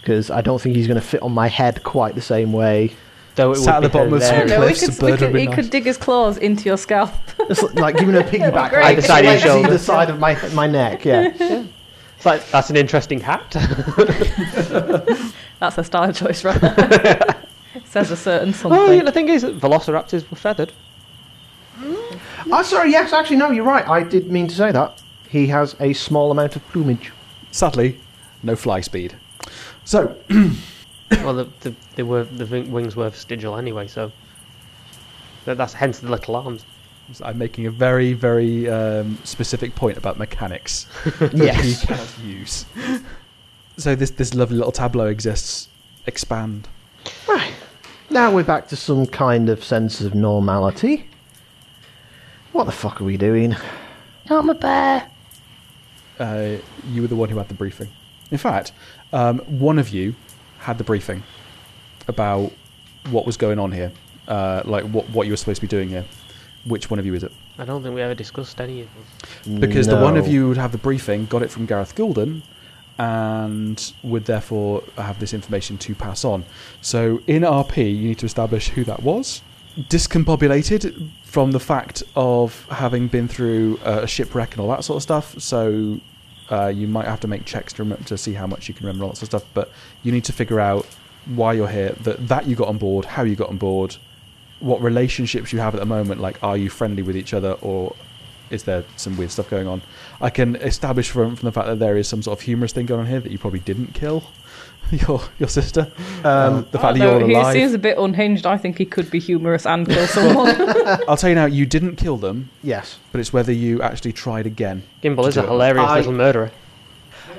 [SPEAKER 5] Because I don't think he's going to fit on my head quite the same way.
[SPEAKER 4] Though it
[SPEAKER 6] Sat at
[SPEAKER 4] would
[SPEAKER 6] the
[SPEAKER 4] be
[SPEAKER 6] bottom of
[SPEAKER 4] hilarious.
[SPEAKER 6] some
[SPEAKER 3] No, we
[SPEAKER 6] cliffs.
[SPEAKER 3] could,
[SPEAKER 6] A
[SPEAKER 3] we
[SPEAKER 6] bird
[SPEAKER 3] could,
[SPEAKER 6] would be
[SPEAKER 3] he could
[SPEAKER 6] nice.
[SPEAKER 3] dig his claws into your scalp.
[SPEAKER 5] It's like giving a piggyback.
[SPEAKER 3] Great.
[SPEAKER 5] like,
[SPEAKER 4] Either side of your
[SPEAKER 5] legs either
[SPEAKER 4] shoulder.
[SPEAKER 5] side of my my neck. Yeah.
[SPEAKER 4] It's like, that's an interesting hat.
[SPEAKER 3] That's a style choice, right? there. Says a certain something.
[SPEAKER 6] Oh,
[SPEAKER 4] well, yeah, the thing is, that Velociraptors were feathered.
[SPEAKER 5] Oh, sorry, yes, actually, no, you're right. I did mean to say that. He has a small amount of plumage.
[SPEAKER 6] Sadly, no fly speed. So
[SPEAKER 4] Well, the, the, they were, the wing- wings were vestigial anyway, so that, that's hence the little arms.
[SPEAKER 6] I'm making a very very um, specific point about mechanics. he cannot use. So this this lovely little tableau exists. Expand.
[SPEAKER 5] Right. Now we're back to some kind of sense of normality. What the fuck are we doing?
[SPEAKER 7] Not my bear.
[SPEAKER 6] Uh, you were the one who had the briefing. In fact, um, one of you had the briefing about what was going on here, uh, like what what you were supposed to be doing here. Which one of you is it?
[SPEAKER 4] I don't think we ever discussed any of them.
[SPEAKER 6] Because the one of
[SPEAKER 5] No.
[SPEAKER 6] you would have the briefing got it from Gareth Goulden and would therefore have this information to pass on. So in RP, you need to establish who that was. Discombobulated from the fact of having been through uh, a shipwreck and all that sort of stuff. So uh, you might have to make checks to, remember, to see how much you can remember all that sort of stuff. But you need to figure out why you're here, that, that you got on board, how you got on board, what relationships you have at the moment. Like, are you friendly with each other or is there some weird stuff going on? I can establish from from the fact that there is some sort of humorous thing going on here that you probably didn't kill your your sister. Um, the fact that
[SPEAKER 3] Although
[SPEAKER 6] you're
[SPEAKER 3] he
[SPEAKER 6] alive.
[SPEAKER 3] seems a bit unhinged. I think he could be humorous and kill someone.
[SPEAKER 6] I'll tell you now, you didn't kill them,
[SPEAKER 5] Yes.
[SPEAKER 6] but it's whether you actually tried again.
[SPEAKER 4] Gimbal is
[SPEAKER 6] Do
[SPEAKER 4] a
[SPEAKER 6] it.
[SPEAKER 4] hilarious
[SPEAKER 5] I-
[SPEAKER 4] little murderer.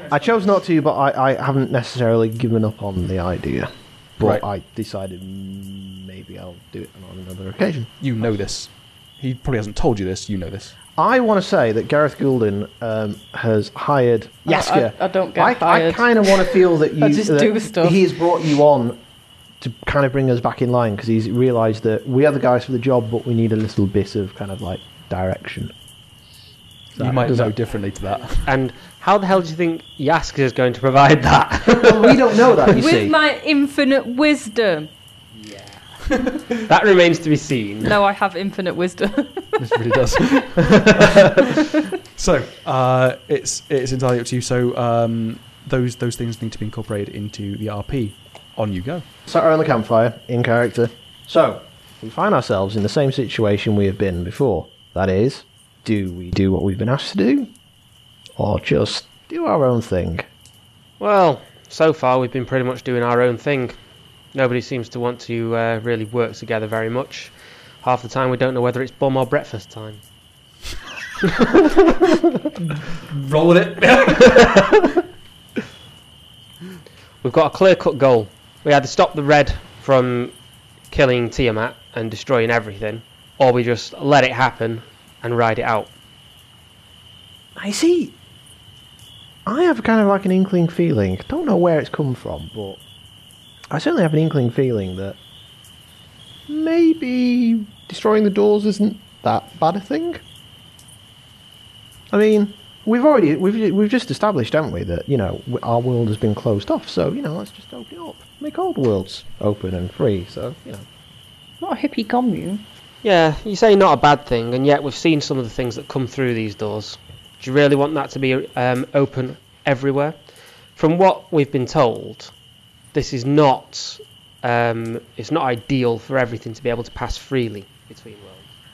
[SPEAKER 5] I chose not to, but I, I haven't necessarily given up on the idea. But
[SPEAKER 6] Right.
[SPEAKER 5] I decided mm, maybe I'll do it on another occasion.
[SPEAKER 6] You know this. He probably hasn't told you this. You know this.
[SPEAKER 5] I want to say that Gareth Goulden um, has hired
[SPEAKER 3] I-
[SPEAKER 5] Yasker.
[SPEAKER 3] I- I don't get
[SPEAKER 5] I, I
[SPEAKER 3] hired.
[SPEAKER 5] kind of want to feel that you.
[SPEAKER 3] I just
[SPEAKER 5] that
[SPEAKER 3] do stuff.
[SPEAKER 5] He has brought you on to kind of bring us back in line because he's realised that we are the guys for the job, but we need a little bit of kind of like direction. Does
[SPEAKER 6] you
[SPEAKER 5] that-
[SPEAKER 6] might
[SPEAKER 5] does
[SPEAKER 6] know
[SPEAKER 5] that-
[SPEAKER 6] differently to that.
[SPEAKER 4] And how the hell do you think Yask is going to provide that?
[SPEAKER 5] Well, we don't know that. You see,
[SPEAKER 3] With my infinite wisdom.
[SPEAKER 4] that remains to be seen.
[SPEAKER 3] No, I have infinite wisdom.
[SPEAKER 6] This really does. so uh, it's it's entirely up to you. So um, those those things need to be incorporated into the RP. On you go.
[SPEAKER 5] sat around the campfire in character. So we find ourselves in the same situation we have been before. That is, do we do what we've been asked to do, or just do our own thing?
[SPEAKER 4] Well, so far we've been pretty much doing our own thing. Nobody seems to want to uh, really work together very much. Half the time we don't know whether it's bum or breakfast time.
[SPEAKER 6] Roll with it.
[SPEAKER 4] We've got a clear cut goal. We either stop the red from killing Tiamat and destroying everything, or we just let it happen and ride it out.
[SPEAKER 5] I see. I have kind of like an inkling feeling. Don't know where it's come from, but I certainly have an inkling feeling that maybe destroying the doors isn't that bad a thing. I mean, we've already we've we've just established, haven't we, that you know w- our world has been closed off. So you know, let's just open it up, make all the worlds open and free. So you know,
[SPEAKER 3] Not a hippie commune.
[SPEAKER 4] Yeah, you say not a bad thing, and yet we've seen some of the things that come through these doors. Do you really want that to be um, open everywhere? From what we've been told, this is not. Um, it's not ideal for everything to be able to pass freely between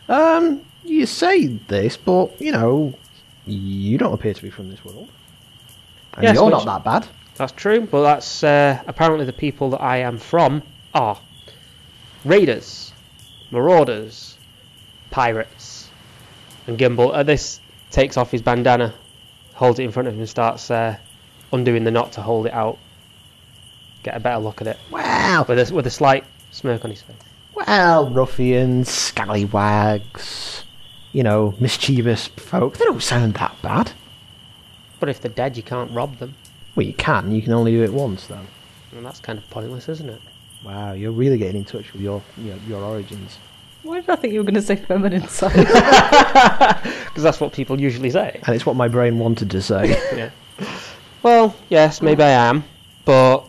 [SPEAKER 4] worlds.
[SPEAKER 5] um, you say this, but you know, you don't appear to be from this world, and
[SPEAKER 4] Yes,
[SPEAKER 5] you're
[SPEAKER 4] which-
[SPEAKER 5] not that bad.
[SPEAKER 4] That's true, but that's uh, apparently the people that I am from are raiders, marauders, pirates, and Gimbal. At this, takes off his bandana, holds it in front of him, and starts uh, undoing the knot to hold it out. Get a better look at it
[SPEAKER 5] Well,
[SPEAKER 4] with a, with a slight smirk on his face.
[SPEAKER 5] well, ruffians, scallywags, you know, mischievous folk. They don't sound that bad.
[SPEAKER 4] But if they're dead, you can't rob them,
[SPEAKER 5] Well, you can. You can only do it once, though.
[SPEAKER 4] and that's kind of pointless, isn't it?
[SPEAKER 5] Wow, you're really getting in touch with your your, your origins.
[SPEAKER 3] Why did I think you were going to say feminine side?
[SPEAKER 4] Because that's what people usually say.
[SPEAKER 5] And it's what my brain wanted to say.
[SPEAKER 4] yeah. Well, yes, maybe I am, but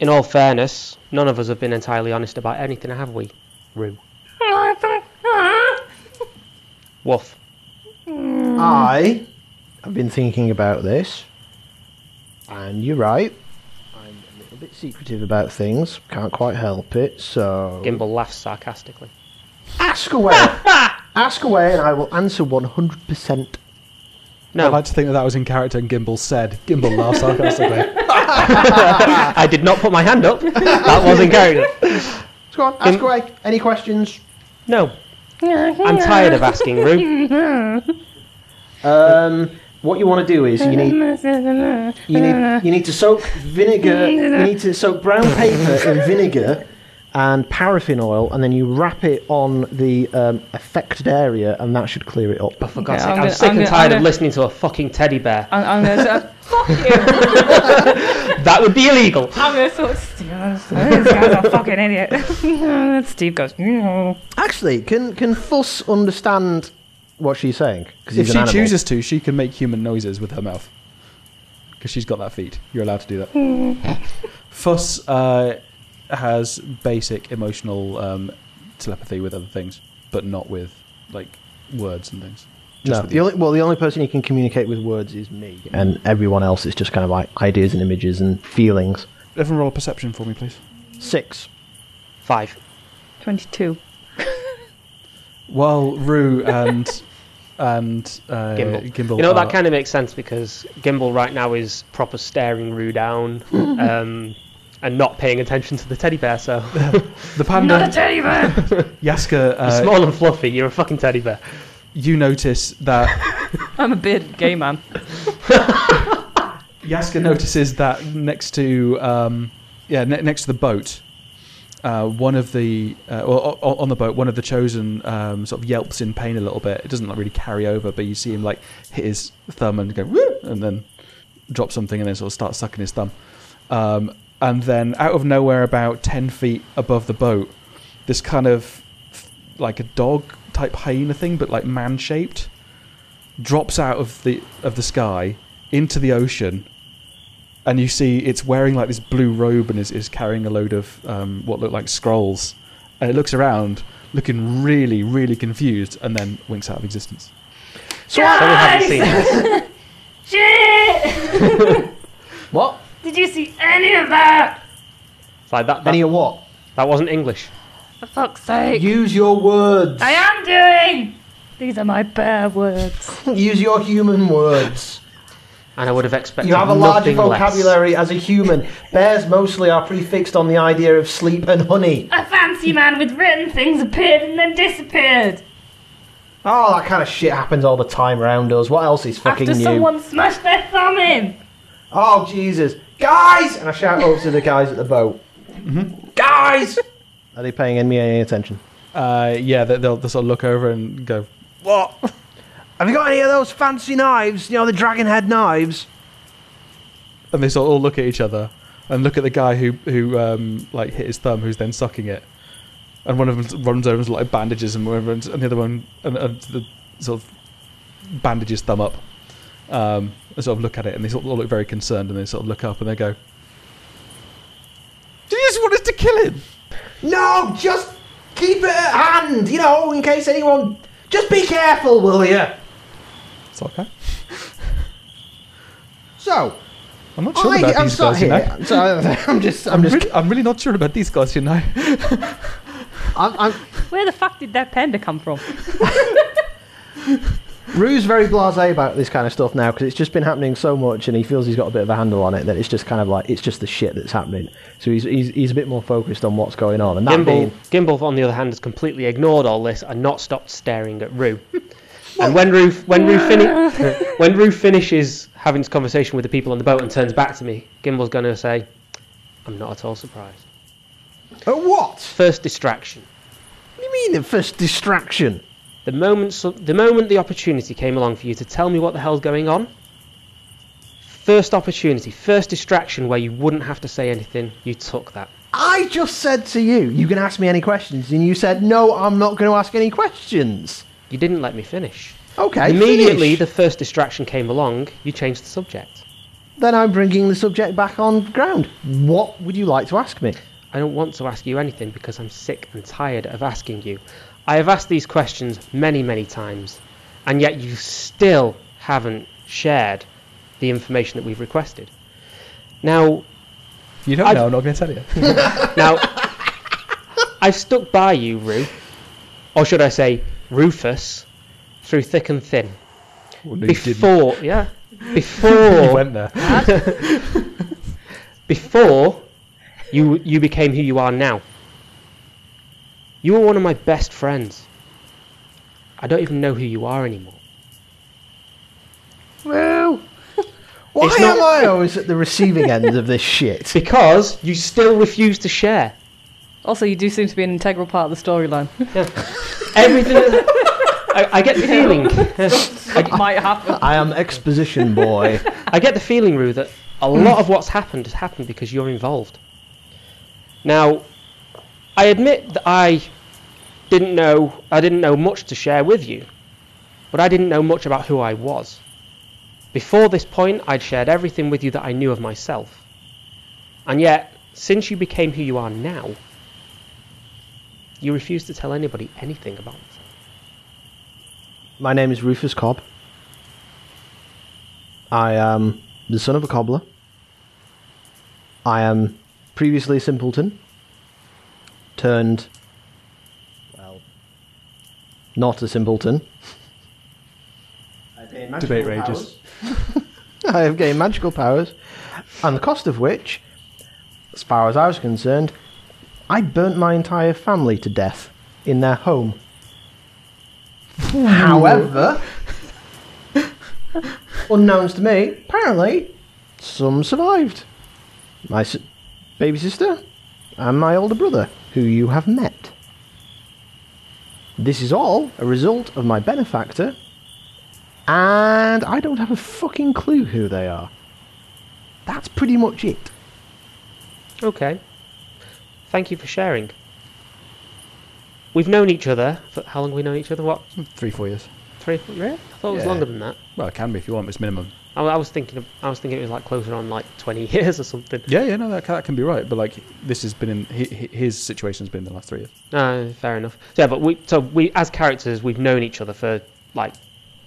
[SPEAKER 4] in all fairness, none of us have been entirely honest about anything, have we? Rue. Woof.
[SPEAKER 5] I have been thinking about this, and you're right. I'm a little bit secretive about things. Can't quite help it, so.
[SPEAKER 4] Gimbal laughs sarcastically.
[SPEAKER 5] Ask away! Ask away, and I will answer 100%.
[SPEAKER 6] I'd
[SPEAKER 4] No,
[SPEAKER 6] like to think that that was in character and Gimbal said. Gimbal laughs sarcastically.
[SPEAKER 4] I did not put my hand up. That wasn't character.
[SPEAKER 5] So go on, ask
[SPEAKER 4] Can-
[SPEAKER 5] away. Any questions?
[SPEAKER 4] No. I'm tired of asking, Rue.
[SPEAKER 5] Um, what you want to do is you need you need you need to soak vinegar. You need to soak brown paper in vinegar and paraffin oil, and then you wrap it on the um, affected area, and that should clear it up.
[SPEAKER 4] For God's
[SPEAKER 3] Yeah,
[SPEAKER 4] sake,
[SPEAKER 3] I'm
[SPEAKER 4] I'm,
[SPEAKER 3] gonna-
[SPEAKER 4] sick
[SPEAKER 3] I'm
[SPEAKER 4] and
[SPEAKER 3] gonna- I'm
[SPEAKER 4] tired of
[SPEAKER 3] gonna-
[SPEAKER 4] listening to a fucking teddy bear.
[SPEAKER 3] I'm, I'm going to say, fuck you.
[SPEAKER 4] That would be illegal.
[SPEAKER 3] I'm going to sort of. This guy's a fucking idiot. And Steve goes, "Mm."
[SPEAKER 5] Actually, can can Fuss understand what she's saying? Because
[SPEAKER 6] if she chooses to, she can make human noises with her mouth because she's got that feet. You're allowed to do that. Fuss uh, has basic emotional um, telepathy with other things, but not with like words and things.
[SPEAKER 5] No,
[SPEAKER 6] with
[SPEAKER 5] the only, well, the only person he can communicate with words is me, and everyone else is just kind of like ideas and images and feelings.
[SPEAKER 6] Everyone roll a perception for me, please.
[SPEAKER 5] Six.
[SPEAKER 4] Five.
[SPEAKER 3] 22.
[SPEAKER 6] While Rue and and uh,
[SPEAKER 4] Gimbal.
[SPEAKER 6] Gimbal
[SPEAKER 4] you know,
[SPEAKER 6] are-
[SPEAKER 4] that kind of makes sense because Gimbal right now is proper staring Rue down um, and not paying attention to the teddy bear. So
[SPEAKER 6] the
[SPEAKER 7] Not a
[SPEAKER 6] panda
[SPEAKER 7] teddy bear.
[SPEAKER 6] Yaska.
[SPEAKER 4] You're
[SPEAKER 6] Uh,
[SPEAKER 4] small and fluffy, you're a fucking teddy bear.
[SPEAKER 6] you notice that
[SPEAKER 3] I'm a bearded gay man.
[SPEAKER 6] Yaska notices that next to um, yeah ne- next to the boat, uh, one of the uh, well, o- o- on the boat, one of the chosen um, sort of yelps in pain a little bit. It doesn't like, really carry over, but you see him like hit his thumb and go Woo! and then drop something and then sort of start sucking his thumb. Um, and then out of nowhere, about ten feet above the boat, this kind of like a dog type hyena thing, but like man shaped, drops out of the of the sky into the ocean, and you see it's wearing like this blue robe and is, is carrying a load of um, what look like scrolls, and it looks around, looking really really confused, and then winks out of existence.
[SPEAKER 4] So we haven't seen it.
[SPEAKER 7] Shit!
[SPEAKER 5] What?
[SPEAKER 7] Did you see any of that?
[SPEAKER 4] It's like that,
[SPEAKER 5] Any
[SPEAKER 4] that,
[SPEAKER 5] of what?
[SPEAKER 4] that wasn't English.
[SPEAKER 7] For fuck's sake.
[SPEAKER 5] Use your words.
[SPEAKER 7] I am doing! These are my bare words.
[SPEAKER 5] Use your human words.
[SPEAKER 4] And I would have expected
[SPEAKER 5] You have a large
[SPEAKER 4] nothing less.
[SPEAKER 5] vocabulary as a human. Bears mostly are prefixed on the idea of sleep and honey.
[SPEAKER 7] A fancy man with written things appeared and then disappeared.
[SPEAKER 5] Oh, that kind of shit happens all the time around us. What else is fucking
[SPEAKER 7] after
[SPEAKER 5] new?
[SPEAKER 7] someone smashed their thumb in.
[SPEAKER 5] Oh, Jesus. Guys! And I shout over to the guys at the boat.
[SPEAKER 6] Mm-hmm.
[SPEAKER 5] Guys! Are they paying me any attention?
[SPEAKER 6] Uh, yeah, they, they'll, they'll sort of look over and go, "What?"
[SPEAKER 5] Have you got any of those fancy knives? You know, the dragon head knives?
[SPEAKER 6] And they sort of all look at each other and look at the guy who who um, like hit his thumb, who's then sucking it. And one of them runs over and like bandages and whatever, and and the other one and, and the sort of bandages thumb up. Um, and sort of look at it, and they sort of all look very concerned, and they sort of look up and they go, "Did you just want us to kill him?"
[SPEAKER 5] No, just keep it at hand, you know, in case anyone. Just be careful, will you?
[SPEAKER 6] It's okay.
[SPEAKER 5] So,
[SPEAKER 6] Oh, I'm not sure
[SPEAKER 5] I,
[SPEAKER 6] about
[SPEAKER 5] I'm
[SPEAKER 6] these
[SPEAKER 5] sat
[SPEAKER 6] guys, you know.
[SPEAKER 5] here. So, I'm just, I'm
[SPEAKER 6] I'm
[SPEAKER 5] just,
[SPEAKER 6] really, I'm really not sure about these guys, you know.
[SPEAKER 5] I'm, I'm,
[SPEAKER 3] Where the fuck did that panda come from?
[SPEAKER 5] Rue's very blasé about this kind of stuff now because it's just been happening so much, and he feels he's got a bit of a handle on it. That it's just kind of like it's just the shit that's happening. So he's he's, he's a bit more focused on what's going on. And that
[SPEAKER 4] Gimbal,
[SPEAKER 5] being,
[SPEAKER 4] Gimbal, on the other hand, has completely ignored all this and not stopped staring at Rue. and when Rue, when Rue, fini- when Rue finishes having this conversation with the people on the boat and turns back to me, Gimbal's going to say, "I'm not at all surprised."
[SPEAKER 5] uh, what?
[SPEAKER 4] First distraction.
[SPEAKER 5] What do you mean the first distraction?
[SPEAKER 4] The moment, so- the moment the opportunity came along for you to tell me what the hell's going on. First opportunity, first distraction where you wouldn't have to say anything, you took that.
[SPEAKER 5] I just said to you, you can ask me any questions, and you said no, I'm not going to ask any questions.
[SPEAKER 4] You didn't let me finish.
[SPEAKER 5] Okay,
[SPEAKER 4] Immediately,
[SPEAKER 5] finish.
[SPEAKER 4] the first distraction came along, you changed the subject.
[SPEAKER 5] then I'm bringing the subject back on ground. What would you like to ask me?
[SPEAKER 4] I don't want to ask you anything because I'm sick and tired of asking you. I have asked these questions many, many times, and yet you still haven't shared the information that we've requested. Now,
[SPEAKER 6] You don't
[SPEAKER 4] I've-
[SPEAKER 6] know. I'm not going to tell you.
[SPEAKER 4] now, I've stuck by you, Rue, or should I say, Rufus, through thick and thin. before, yeah, before
[SPEAKER 6] you went there.
[SPEAKER 4] before you you became who you are now. You were one of my best friends. I don't even know who you are anymore.
[SPEAKER 7] Woo!
[SPEAKER 5] Why
[SPEAKER 4] It's not-
[SPEAKER 5] am I always at the receiving end of this shit?
[SPEAKER 4] Because you still refuse to share
[SPEAKER 3] Also, you do seem to be an integral part of the storyline.
[SPEAKER 4] everything. that- I, I get the feeling.
[SPEAKER 3] it might happen.
[SPEAKER 5] I am exposition boy.
[SPEAKER 4] I get the feeling, Rue, that a lot of what's happened has happened because you're involved. Now, I admit that I didn't know I didn't know much to share with you, but I didn't know much about who I was. Before this point, I'd shared everything with you that I knew of myself. And yet, since you became who you are now, you refuse to tell anybody anything about myself.
[SPEAKER 5] My name is Rufus Cobb. I am the son of a cobbler. I am previously a simpleton, turned, well, not a simpleton, gained
[SPEAKER 6] Debate
[SPEAKER 5] magical
[SPEAKER 6] rages.
[SPEAKER 5] powers. I have gained magical powers, and the cost of which, as far as I was concerned, I burnt my entire family to death in their home. However, unknowns to me, apparently, some survived. My s- baby sister and my older brother, who you have met. This is all a result of my benefactor, and I don't have a fucking clue who they are. That's pretty much it.
[SPEAKER 4] Okay. Thank you for sharing. We've known each other for how long? Have we known each other? What
[SPEAKER 6] Three, four years.
[SPEAKER 4] three? Really? I thought it was
[SPEAKER 6] Yeah.
[SPEAKER 4] longer than that.
[SPEAKER 6] Well, it can be if you want. It's minimum.
[SPEAKER 4] I, I was thinking. of- I was thinking it was like closer on like twenty years or something.
[SPEAKER 6] Yeah, yeah, no, that, ca- that can be right. But like, this has been in hi- hi- his situation's been in the last three years.
[SPEAKER 4] No, fair enough. So, yeah, but we so we as characters we've known each other for like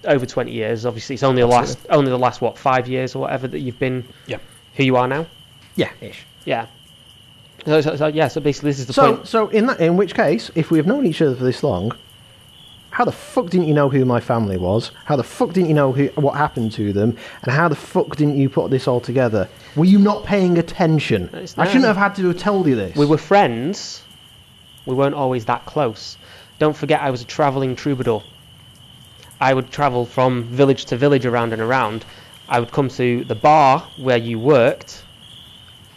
[SPEAKER 4] over twenty years. Obviously, it's only the last only the last what five years or whatever that you've been
[SPEAKER 6] Yeah.
[SPEAKER 4] who you are now.
[SPEAKER 5] Yeah, ish.
[SPEAKER 4] Yeah. So, so, so yeah. So basically, this is the
[SPEAKER 5] So,
[SPEAKER 4] point.
[SPEAKER 5] so in that, in which case, if we have known each other for this long, how the fuck didn't you know who my family was? How the fuck didn't you know who, what happened to them? And how the fuck didn't you put this all together? Were you not paying attention?
[SPEAKER 4] It's
[SPEAKER 5] I shouldn't
[SPEAKER 4] not-
[SPEAKER 5] have had to have told you this.
[SPEAKER 4] We were friends. We weren't always that close. Don't forget, I was a travelling troubadour. I would travel from village to village around and around. I would come to the bar where you worked,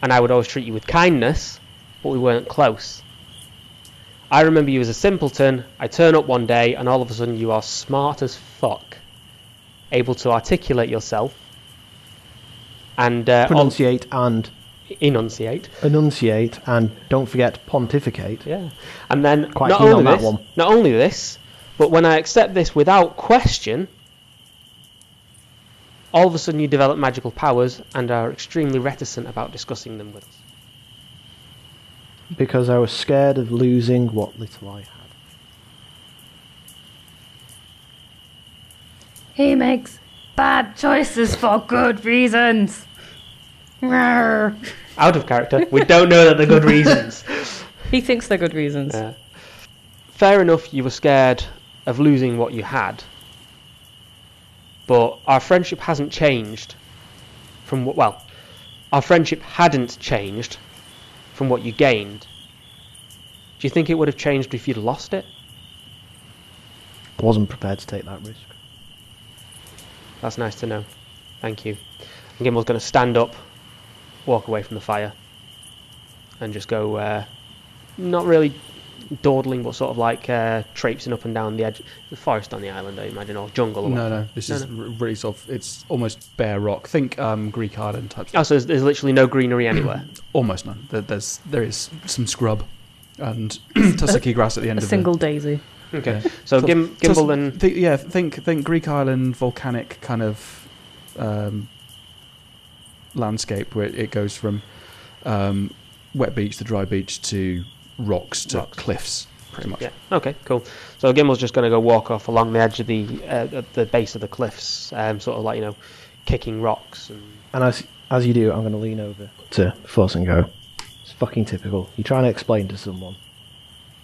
[SPEAKER 4] and I would always treat you with kindness, but we weren't close. I remember you as a simpleton. I turn up one day, and all of a sudden, you are smart as fuck, able to articulate yourself, and uh, all-
[SPEAKER 5] pronunciate and
[SPEAKER 4] enunciate.
[SPEAKER 5] enunciate and don't forget pontificate.
[SPEAKER 4] Yeah, and then
[SPEAKER 5] Quite
[SPEAKER 4] not
[SPEAKER 5] keen on
[SPEAKER 4] only
[SPEAKER 5] that
[SPEAKER 4] this,
[SPEAKER 5] one.
[SPEAKER 4] not only this, but when I accept this without question, all of a sudden you develop magical powers and are extremely reticent about discussing them with us.
[SPEAKER 5] Because I was scared of losing what little I had.
[SPEAKER 7] He makes bad choices for good reasons. Rawr.
[SPEAKER 4] Out of character, we don't know that they're good reasons.
[SPEAKER 3] He thinks they're good reasons.
[SPEAKER 4] Yeah. Fair enough, you were scared of losing what you had, but our friendship hasn't changed from what. Well, our friendship hadn't changed from what you gained. Do you think it would have changed if you'd lost it?
[SPEAKER 5] I wasn't prepared to take that risk.
[SPEAKER 4] That's nice to know. Thank you. And Gimble's going to stand up, walk away from the fire, and just go, uh, not really dawdling, but sort of like uh, traipsing up and down the edge, the forest on the island, I imagine, or jungle. Or
[SPEAKER 6] No,
[SPEAKER 4] what.
[SPEAKER 6] no, this
[SPEAKER 4] No,
[SPEAKER 6] is r really sort of it's almost bare rock. Think um, Greek island type
[SPEAKER 4] Oh,
[SPEAKER 6] stuff.
[SPEAKER 4] so there's, there's literally no greenery anywhere.
[SPEAKER 6] Almost none. There, there's there is some scrub and tussocky grass at the end
[SPEAKER 3] A
[SPEAKER 6] of
[SPEAKER 3] single daisy.
[SPEAKER 6] it. Okay,
[SPEAKER 4] So
[SPEAKER 6] So-
[SPEAKER 4] Gim- Gimbal and
[SPEAKER 6] Thi- yeah, think think Greek island volcanic kind of um, landscape where it goes from um, wet beach to dry beach to rocks to
[SPEAKER 4] Rocks.
[SPEAKER 6] cliffs, pretty much.
[SPEAKER 4] yeah, okay, cool. So Gimble's just going to go walk off along the edge of the uh, at the base of the cliffs, um, sort of like you know, kicking rocks and
[SPEAKER 5] And as as you do, I'm going to lean over to Force and go. It's fucking typical. You're trying to explain to someone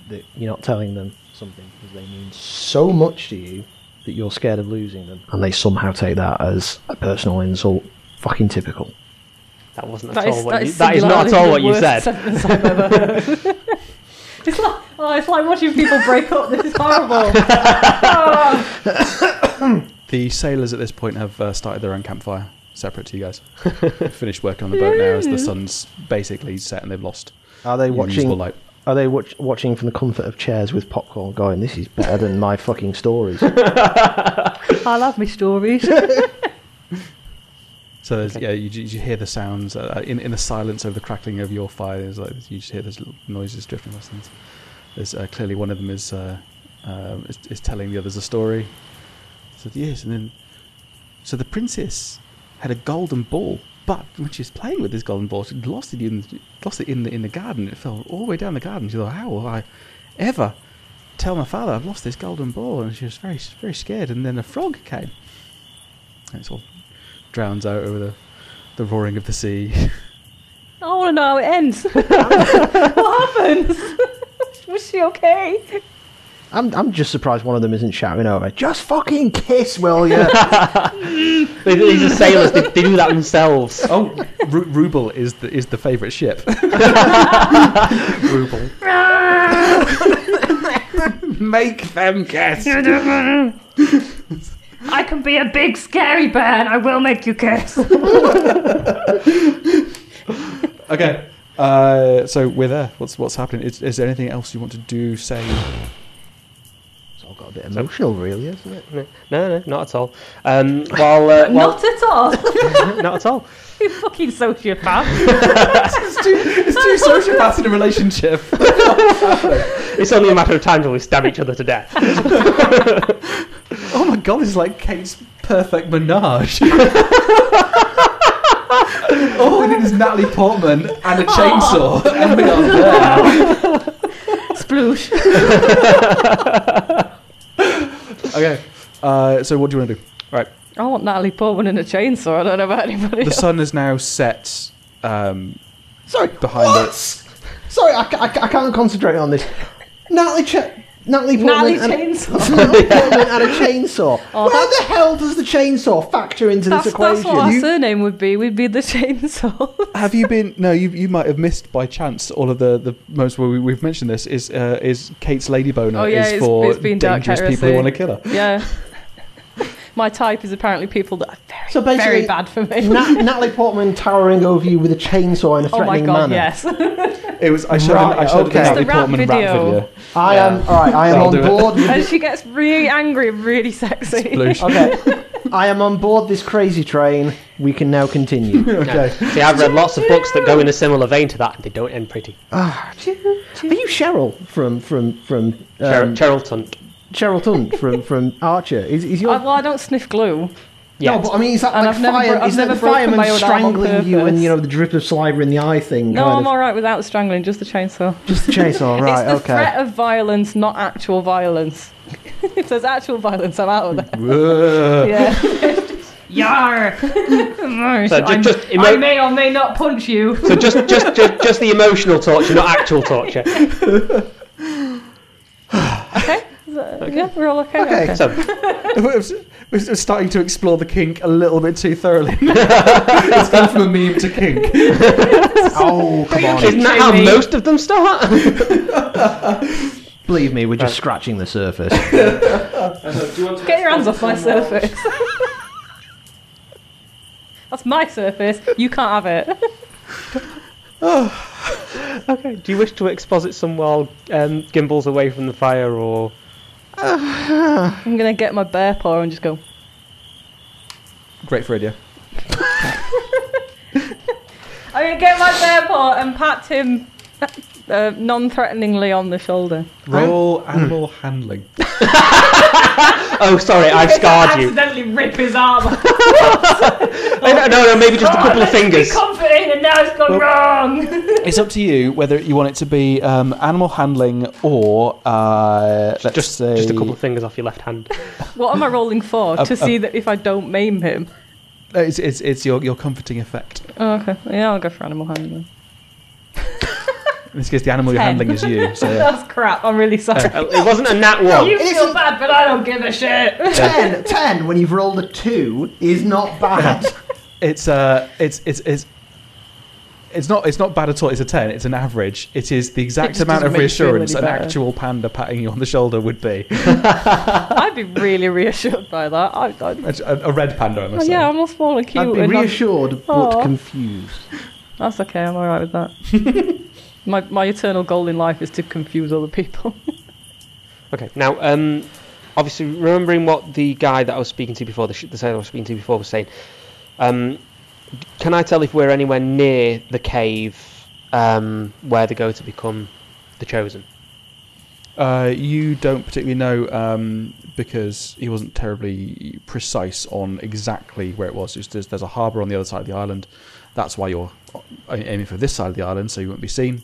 [SPEAKER 5] that you're not telling them something because they mean so much to you that you're scared of losing them, and they somehow take that as a personal insult. Fucking typical.
[SPEAKER 4] that wasn't
[SPEAKER 3] That
[SPEAKER 4] at all
[SPEAKER 3] is,
[SPEAKER 4] what
[SPEAKER 3] that
[SPEAKER 4] you,
[SPEAKER 3] is
[SPEAKER 4] that is not at
[SPEAKER 3] singularly
[SPEAKER 4] all
[SPEAKER 3] the
[SPEAKER 4] what you
[SPEAKER 3] worst
[SPEAKER 4] said.
[SPEAKER 3] sentence I've ever heard. it's, like, oh, it's like watching people break up. This is horrible. Ah.
[SPEAKER 6] The sailors at this point have uh, started their own campfire, separate to you guys. Finished working on the boat now as the sun's basically set and they've lost
[SPEAKER 5] Are they
[SPEAKER 6] all
[SPEAKER 5] watching?
[SPEAKER 6] usable light.
[SPEAKER 5] Are they watch, watching from the comfort of chairs with popcorn? Going, this is better than my fucking stories.
[SPEAKER 3] I love my stories.
[SPEAKER 6] So there's, yeah, you, ju- you hear the sounds uh, in in the silence of the crackling of your fire. There's like you just hear those little noises drifting across things. There's uh, clearly one of them is, uh, uh, is is telling the others a story. So yes, and then so the princess had a golden ball, but when she was playing with this golden ball, she lost it in lost it in the in the garden. It fell all the way down the garden. She thought, how will I ever tell my father I've lost this golden ball? And she was very very scared. And then a frog came. And it's all drowns out over the, the roaring of the sea.
[SPEAKER 3] I want to know how it ends. what happens? Was she okay?
[SPEAKER 5] I'm, I'm just surprised one of them isn't shouting over. Just fucking kiss, will you?
[SPEAKER 4] They- These are sailors. They, they do that themselves.
[SPEAKER 6] Oh, Ru- Ruble is the is the favourite ship. Ruble. Make them guess.
[SPEAKER 7] I can be a big scary bear and I will make you kiss.
[SPEAKER 6] Okay. Uh, so we're there. What's what's happening? Is, is there anything else you want to do? Say
[SPEAKER 5] it's all got a bit emotional, really, isn't it?
[SPEAKER 4] No, no, not at all. Um, while, uh, while
[SPEAKER 7] Not at all.
[SPEAKER 4] not at all.
[SPEAKER 3] You fucking sociopath.
[SPEAKER 6] it's two, it's two sociopaths in a relationship.
[SPEAKER 4] It's only a matter of time till we stab each other to death.
[SPEAKER 6] Oh my god, this is like Kate's perfect menage. All we need is Natalie Portman and a chainsaw, and we are there.
[SPEAKER 3] Sploosh.
[SPEAKER 6] Okay. Uh, so what do you want to do?
[SPEAKER 3] I want Natalie Portman in a chainsaw. I don't know about anybody
[SPEAKER 6] The
[SPEAKER 3] else.
[SPEAKER 6] sun is now set um,
[SPEAKER 5] Sorry,
[SPEAKER 6] behind
[SPEAKER 5] what?
[SPEAKER 6] us.
[SPEAKER 5] Sorry, I, ca- I, ca- I can't concentrate on this. Natalie, Ch- Natalie Portman
[SPEAKER 3] Natalie
[SPEAKER 5] and,
[SPEAKER 3] chainsaw.
[SPEAKER 5] Natalie Portman and a chainsaw.
[SPEAKER 3] Oh,
[SPEAKER 5] Where
[SPEAKER 3] that's-
[SPEAKER 5] the hell does the chainsaw factor into
[SPEAKER 3] That's,
[SPEAKER 5] this
[SPEAKER 3] that's
[SPEAKER 5] equation?
[SPEAKER 3] what our
[SPEAKER 5] You-
[SPEAKER 3] surname would be. We'd be the chainsaw.
[SPEAKER 6] Have you been? No, you you might have missed by chance all of the the moments where we, we've mentioned this. Is uh, is Kate's lady boner
[SPEAKER 3] Oh, yeah,
[SPEAKER 6] is
[SPEAKER 3] it's-
[SPEAKER 6] for
[SPEAKER 3] it's been dark
[SPEAKER 6] dangerous people who
[SPEAKER 3] heresy.
[SPEAKER 6] want to kill her.
[SPEAKER 3] yeah. My type is apparently people that are very,
[SPEAKER 5] So basically-
[SPEAKER 3] very bad for me.
[SPEAKER 5] Na- Natalie Portman towering over you with a chainsaw in a
[SPEAKER 3] oh my
[SPEAKER 5] threatening
[SPEAKER 3] god,
[SPEAKER 5] manner.
[SPEAKER 3] yes.
[SPEAKER 6] It was I showed
[SPEAKER 5] Right,
[SPEAKER 6] him, I showed him
[SPEAKER 5] okay.
[SPEAKER 6] the
[SPEAKER 5] It's
[SPEAKER 6] Natalie
[SPEAKER 3] the rap
[SPEAKER 6] Portman rap
[SPEAKER 3] video.
[SPEAKER 6] video.
[SPEAKER 5] I am all right. I am
[SPEAKER 6] That'll
[SPEAKER 5] on
[SPEAKER 6] do it.
[SPEAKER 5] board with
[SPEAKER 3] and
[SPEAKER 5] this.
[SPEAKER 3] she gets really angry and really sexy.
[SPEAKER 6] Sploosh.
[SPEAKER 5] Okay, I am on board this crazy train. We can now continue.
[SPEAKER 4] See, I've read lots of books that go in a similar vein to that, and they don't end pretty.
[SPEAKER 5] Are you Cheryl from from from um,
[SPEAKER 4] Cheryl, Cheryl Tunt.
[SPEAKER 5] Cheryl Tunt from from Archer? Is
[SPEAKER 3] I,
[SPEAKER 5] is your
[SPEAKER 3] well, I don't sniff glue.
[SPEAKER 4] Yeah.
[SPEAKER 5] No, but I mean, is that
[SPEAKER 3] And
[SPEAKER 5] like
[SPEAKER 3] I've never
[SPEAKER 5] fire?
[SPEAKER 3] bro- I've
[SPEAKER 5] is that the
[SPEAKER 3] never broken
[SPEAKER 5] fireman
[SPEAKER 3] my own arm on
[SPEAKER 5] strangling you and
[SPEAKER 3] purpose.
[SPEAKER 5] you know the drip of saliva in the eye thing?
[SPEAKER 3] No,
[SPEAKER 5] kind
[SPEAKER 3] I'm
[SPEAKER 5] of,
[SPEAKER 3] all right without strangling, just the chainsaw.
[SPEAKER 5] just the chainsaw,
[SPEAKER 3] it's
[SPEAKER 5] right?
[SPEAKER 3] the
[SPEAKER 5] okay.
[SPEAKER 3] threat of violence, not actual violence. if there's actual violence, I'm out of there. yeah.
[SPEAKER 7] Yar!
[SPEAKER 4] So ju-
[SPEAKER 3] I'm-
[SPEAKER 4] just emo-
[SPEAKER 3] I may or may not punch you.
[SPEAKER 4] So just, just, just, just the emotional torture, not actual torture.
[SPEAKER 3] Okay. Is that- Yeah, we're all okay. Okay.
[SPEAKER 4] So
[SPEAKER 6] We're we're starting to explore the kink a little bit too thoroughly. it's gone from a meme to kink.
[SPEAKER 5] oh, come on!
[SPEAKER 4] isn't that how
[SPEAKER 3] Jamie.
[SPEAKER 4] most of them start?
[SPEAKER 5] Believe me, we're just scratching the surface.
[SPEAKER 3] Get your hands off my surface. That's my surface. You can't have it.
[SPEAKER 4] okay. Do you wish to exposit some while um, Gimbal's away from the fire, or
[SPEAKER 3] I'm gonna get my bear paw and just go.
[SPEAKER 6] Great for radio.
[SPEAKER 3] I'm gonna get my bear paw and pat him uh, non-threateningly on the shoulder.
[SPEAKER 6] Roll animal handling.
[SPEAKER 4] oh, sorry, I've scarred you.
[SPEAKER 7] accidentally rip his arm.
[SPEAKER 4] Oh, no, no, no, maybe just a couple of fingers.
[SPEAKER 7] comforting and now it's gone wrong.
[SPEAKER 6] It's up to you whether you want it to be um, animal handling or uh, let's
[SPEAKER 4] Just,
[SPEAKER 6] say
[SPEAKER 4] just a couple of fingers off your left hand.
[SPEAKER 3] What am I rolling for? to see that if I don't maim him.
[SPEAKER 6] Uh, It's, it's, it's your, your comforting effect.
[SPEAKER 3] Oh, okay. Yeah, I'll go for animal handling.
[SPEAKER 6] In this case, the animal you're
[SPEAKER 3] Ten.
[SPEAKER 6] handling is you. So yeah.
[SPEAKER 3] That's crap. I'm really sorry.
[SPEAKER 4] Uh, It wasn't a nat one.
[SPEAKER 7] You
[SPEAKER 5] Isn't-
[SPEAKER 7] feel bad, but I don't give a shit.
[SPEAKER 5] ten, ten. When you've rolled a two, is not bad.
[SPEAKER 6] it's uh, it's it's it's. It's not. It's not bad at all. It's a ten. It's an average. It is the exact
[SPEAKER 3] just
[SPEAKER 6] amount
[SPEAKER 3] doesn't
[SPEAKER 6] of
[SPEAKER 3] make you feel
[SPEAKER 6] reassurance
[SPEAKER 3] any
[SPEAKER 6] an
[SPEAKER 3] better.
[SPEAKER 6] actual panda patting you on the shoulder would be.
[SPEAKER 3] I'd be really reassured by that. I, I,
[SPEAKER 6] A, a red panda, I
[SPEAKER 3] oh,
[SPEAKER 6] must say.
[SPEAKER 3] yeah, I'm all small and cute.
[SPEAKER 5] I'd be
[SPEAKER 3] and I'm-
[SPEAKER 5] reassured but
[SPEAKER 3] Aw.
[SPEAKER 5] confused.
[SPEAKER 3] That's okay. I'm all right with that. my my eternal goal in life is to confuse other people.
[SPEAKER 4] Okay, now, um, obviously, remembering what the guy that I was speaking to before, the, sh- the sailor I was speaking to before, was saying, um, d- can I tell if we're anywhere near the cave um, where they go to become the chosen?
[SPEAKER 6] Uh, you don't particularly know um, because he wasn't terribly precise on exactly where it was. It's just, there's a harbour on the other side of the island. That's why you're aiming for this side of the island, so you won't be seen.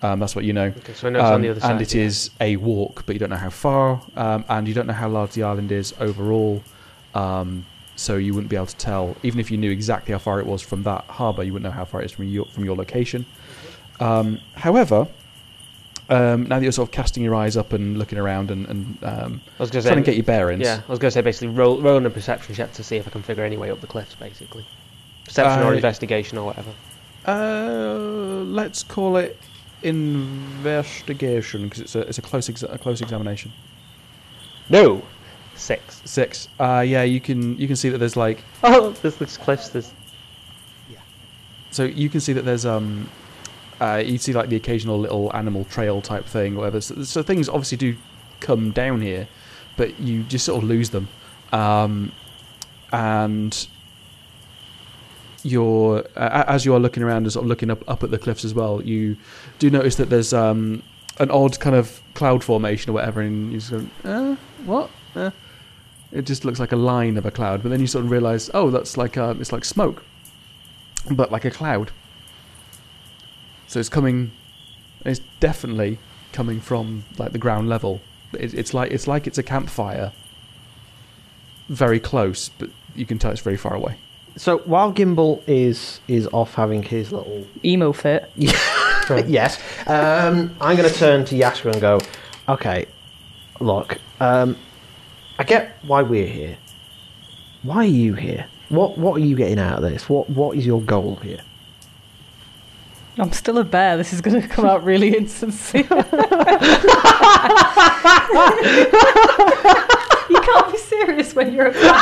[SPEAKER 6] Um, that's what you know.
[SPEAKER 4] Okay, so I know it's on
[SPEAKER 6] Um,
[SPEAKER 4] the other
[SPEAKER 6] And
[SPEAKER 4] side,
[SPEAKER 6] it is
[SPEAKER 4] yeah.
[SPEAKER 6] a walk, but you don't know how far, um, and you don't know how large the island is overall. Um, so you wouldn't be able to tell, even if you knew exactly how far it was from that harbour, you wouldn't know how far it is from your from your location. Um, however, um, now that you're sort of casting your eyes up and looking around and, and um,
[SPEAKER 4] I was going to say.
[SPEAKER 6] trying to get your bearings.
[SPEAKER 4] yeah, I was going to say basically roll, roll on a perception check to see if I can figure any way up the cliffs, basically. Perception or
[SPEAKER 6] I-
[SPEAKER 4] investigation or whatever.
[SPEAKER 6] Uh, let's call it investigation because it's a it's a close exa- a close examination.
[SPEAKER 4] No! Six.
[SPEAKER 6] Six. Uh, yeah, you can you can see that there's like
[SPEAKER 4] Oh, there's this cliffs. There's
[SPEAKER 6] so you can see that there's um uh, you see like the occasional little animal trail type thing, whatever. So, so things obviously do come down here, but you just sort of lose them, um, and you're uh, a- as you are looking around and sort of looking up up at the cliffs as well. You do notice that there's um an odd kind of cloud formation or whatever, and you just go, uh, what? Uh. It just looks like a line of a cloud, but then you sort of realise, oh, that's like uh, it's like smoke but like a cloud. So it's coming. It's definitely coming from like the ground level. It, it's like it's like it's a campfire. Very close, but you can tell it's very far away.
[SPEAKER 5] So while Gimbal is is off having his little
[SPEAKER 3] Emo fit.
[SPEAKER 5] yes, um, I'm going to turn to Yasra and go, okay, look, um, I get why we're here. Why are you here? What What are you getting out of this? What What is your goal here?
[SPEAKER 3] I'm still a bear. This is going to come out really insincere. you can't be serious when you're a bear.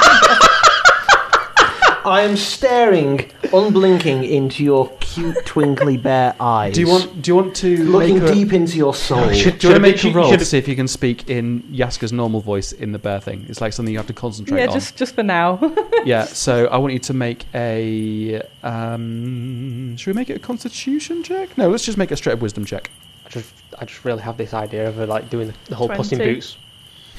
[SPEAKER 5] I am staring, unblinking, into your cute, twinkly bear eyes.
[SPEAKER 6] Do you want? Do you want to
[SPEAKER 5] looking
[SPEAKER 6] make a,
[SPEAKER 5] deep into your soul?
[SPEAKER 6] Do you want to make a
[SPEAKER 4] you
[SPEAKER 6] roll
[SPEAKER 4] should-
[SPEAKER 6] to see if you can speak in Yaska's normal voice in the bear thing? It's like something you have to concentrate
[SPEAKER 3] yeah,
[SPEAKER 6] on.
[SPEAKER 3] just just for now.
[SPEAKER 6] yeah. So I want you to make a. Um, should we make it a Constitution check? No, let's just make a straight up Wisdom check.
[SPEAKER 4] I just, I just really have this idea of her, like doing the, the whole puss in
[SPEAKER 3] 20.
[SPEAKER 4] boots.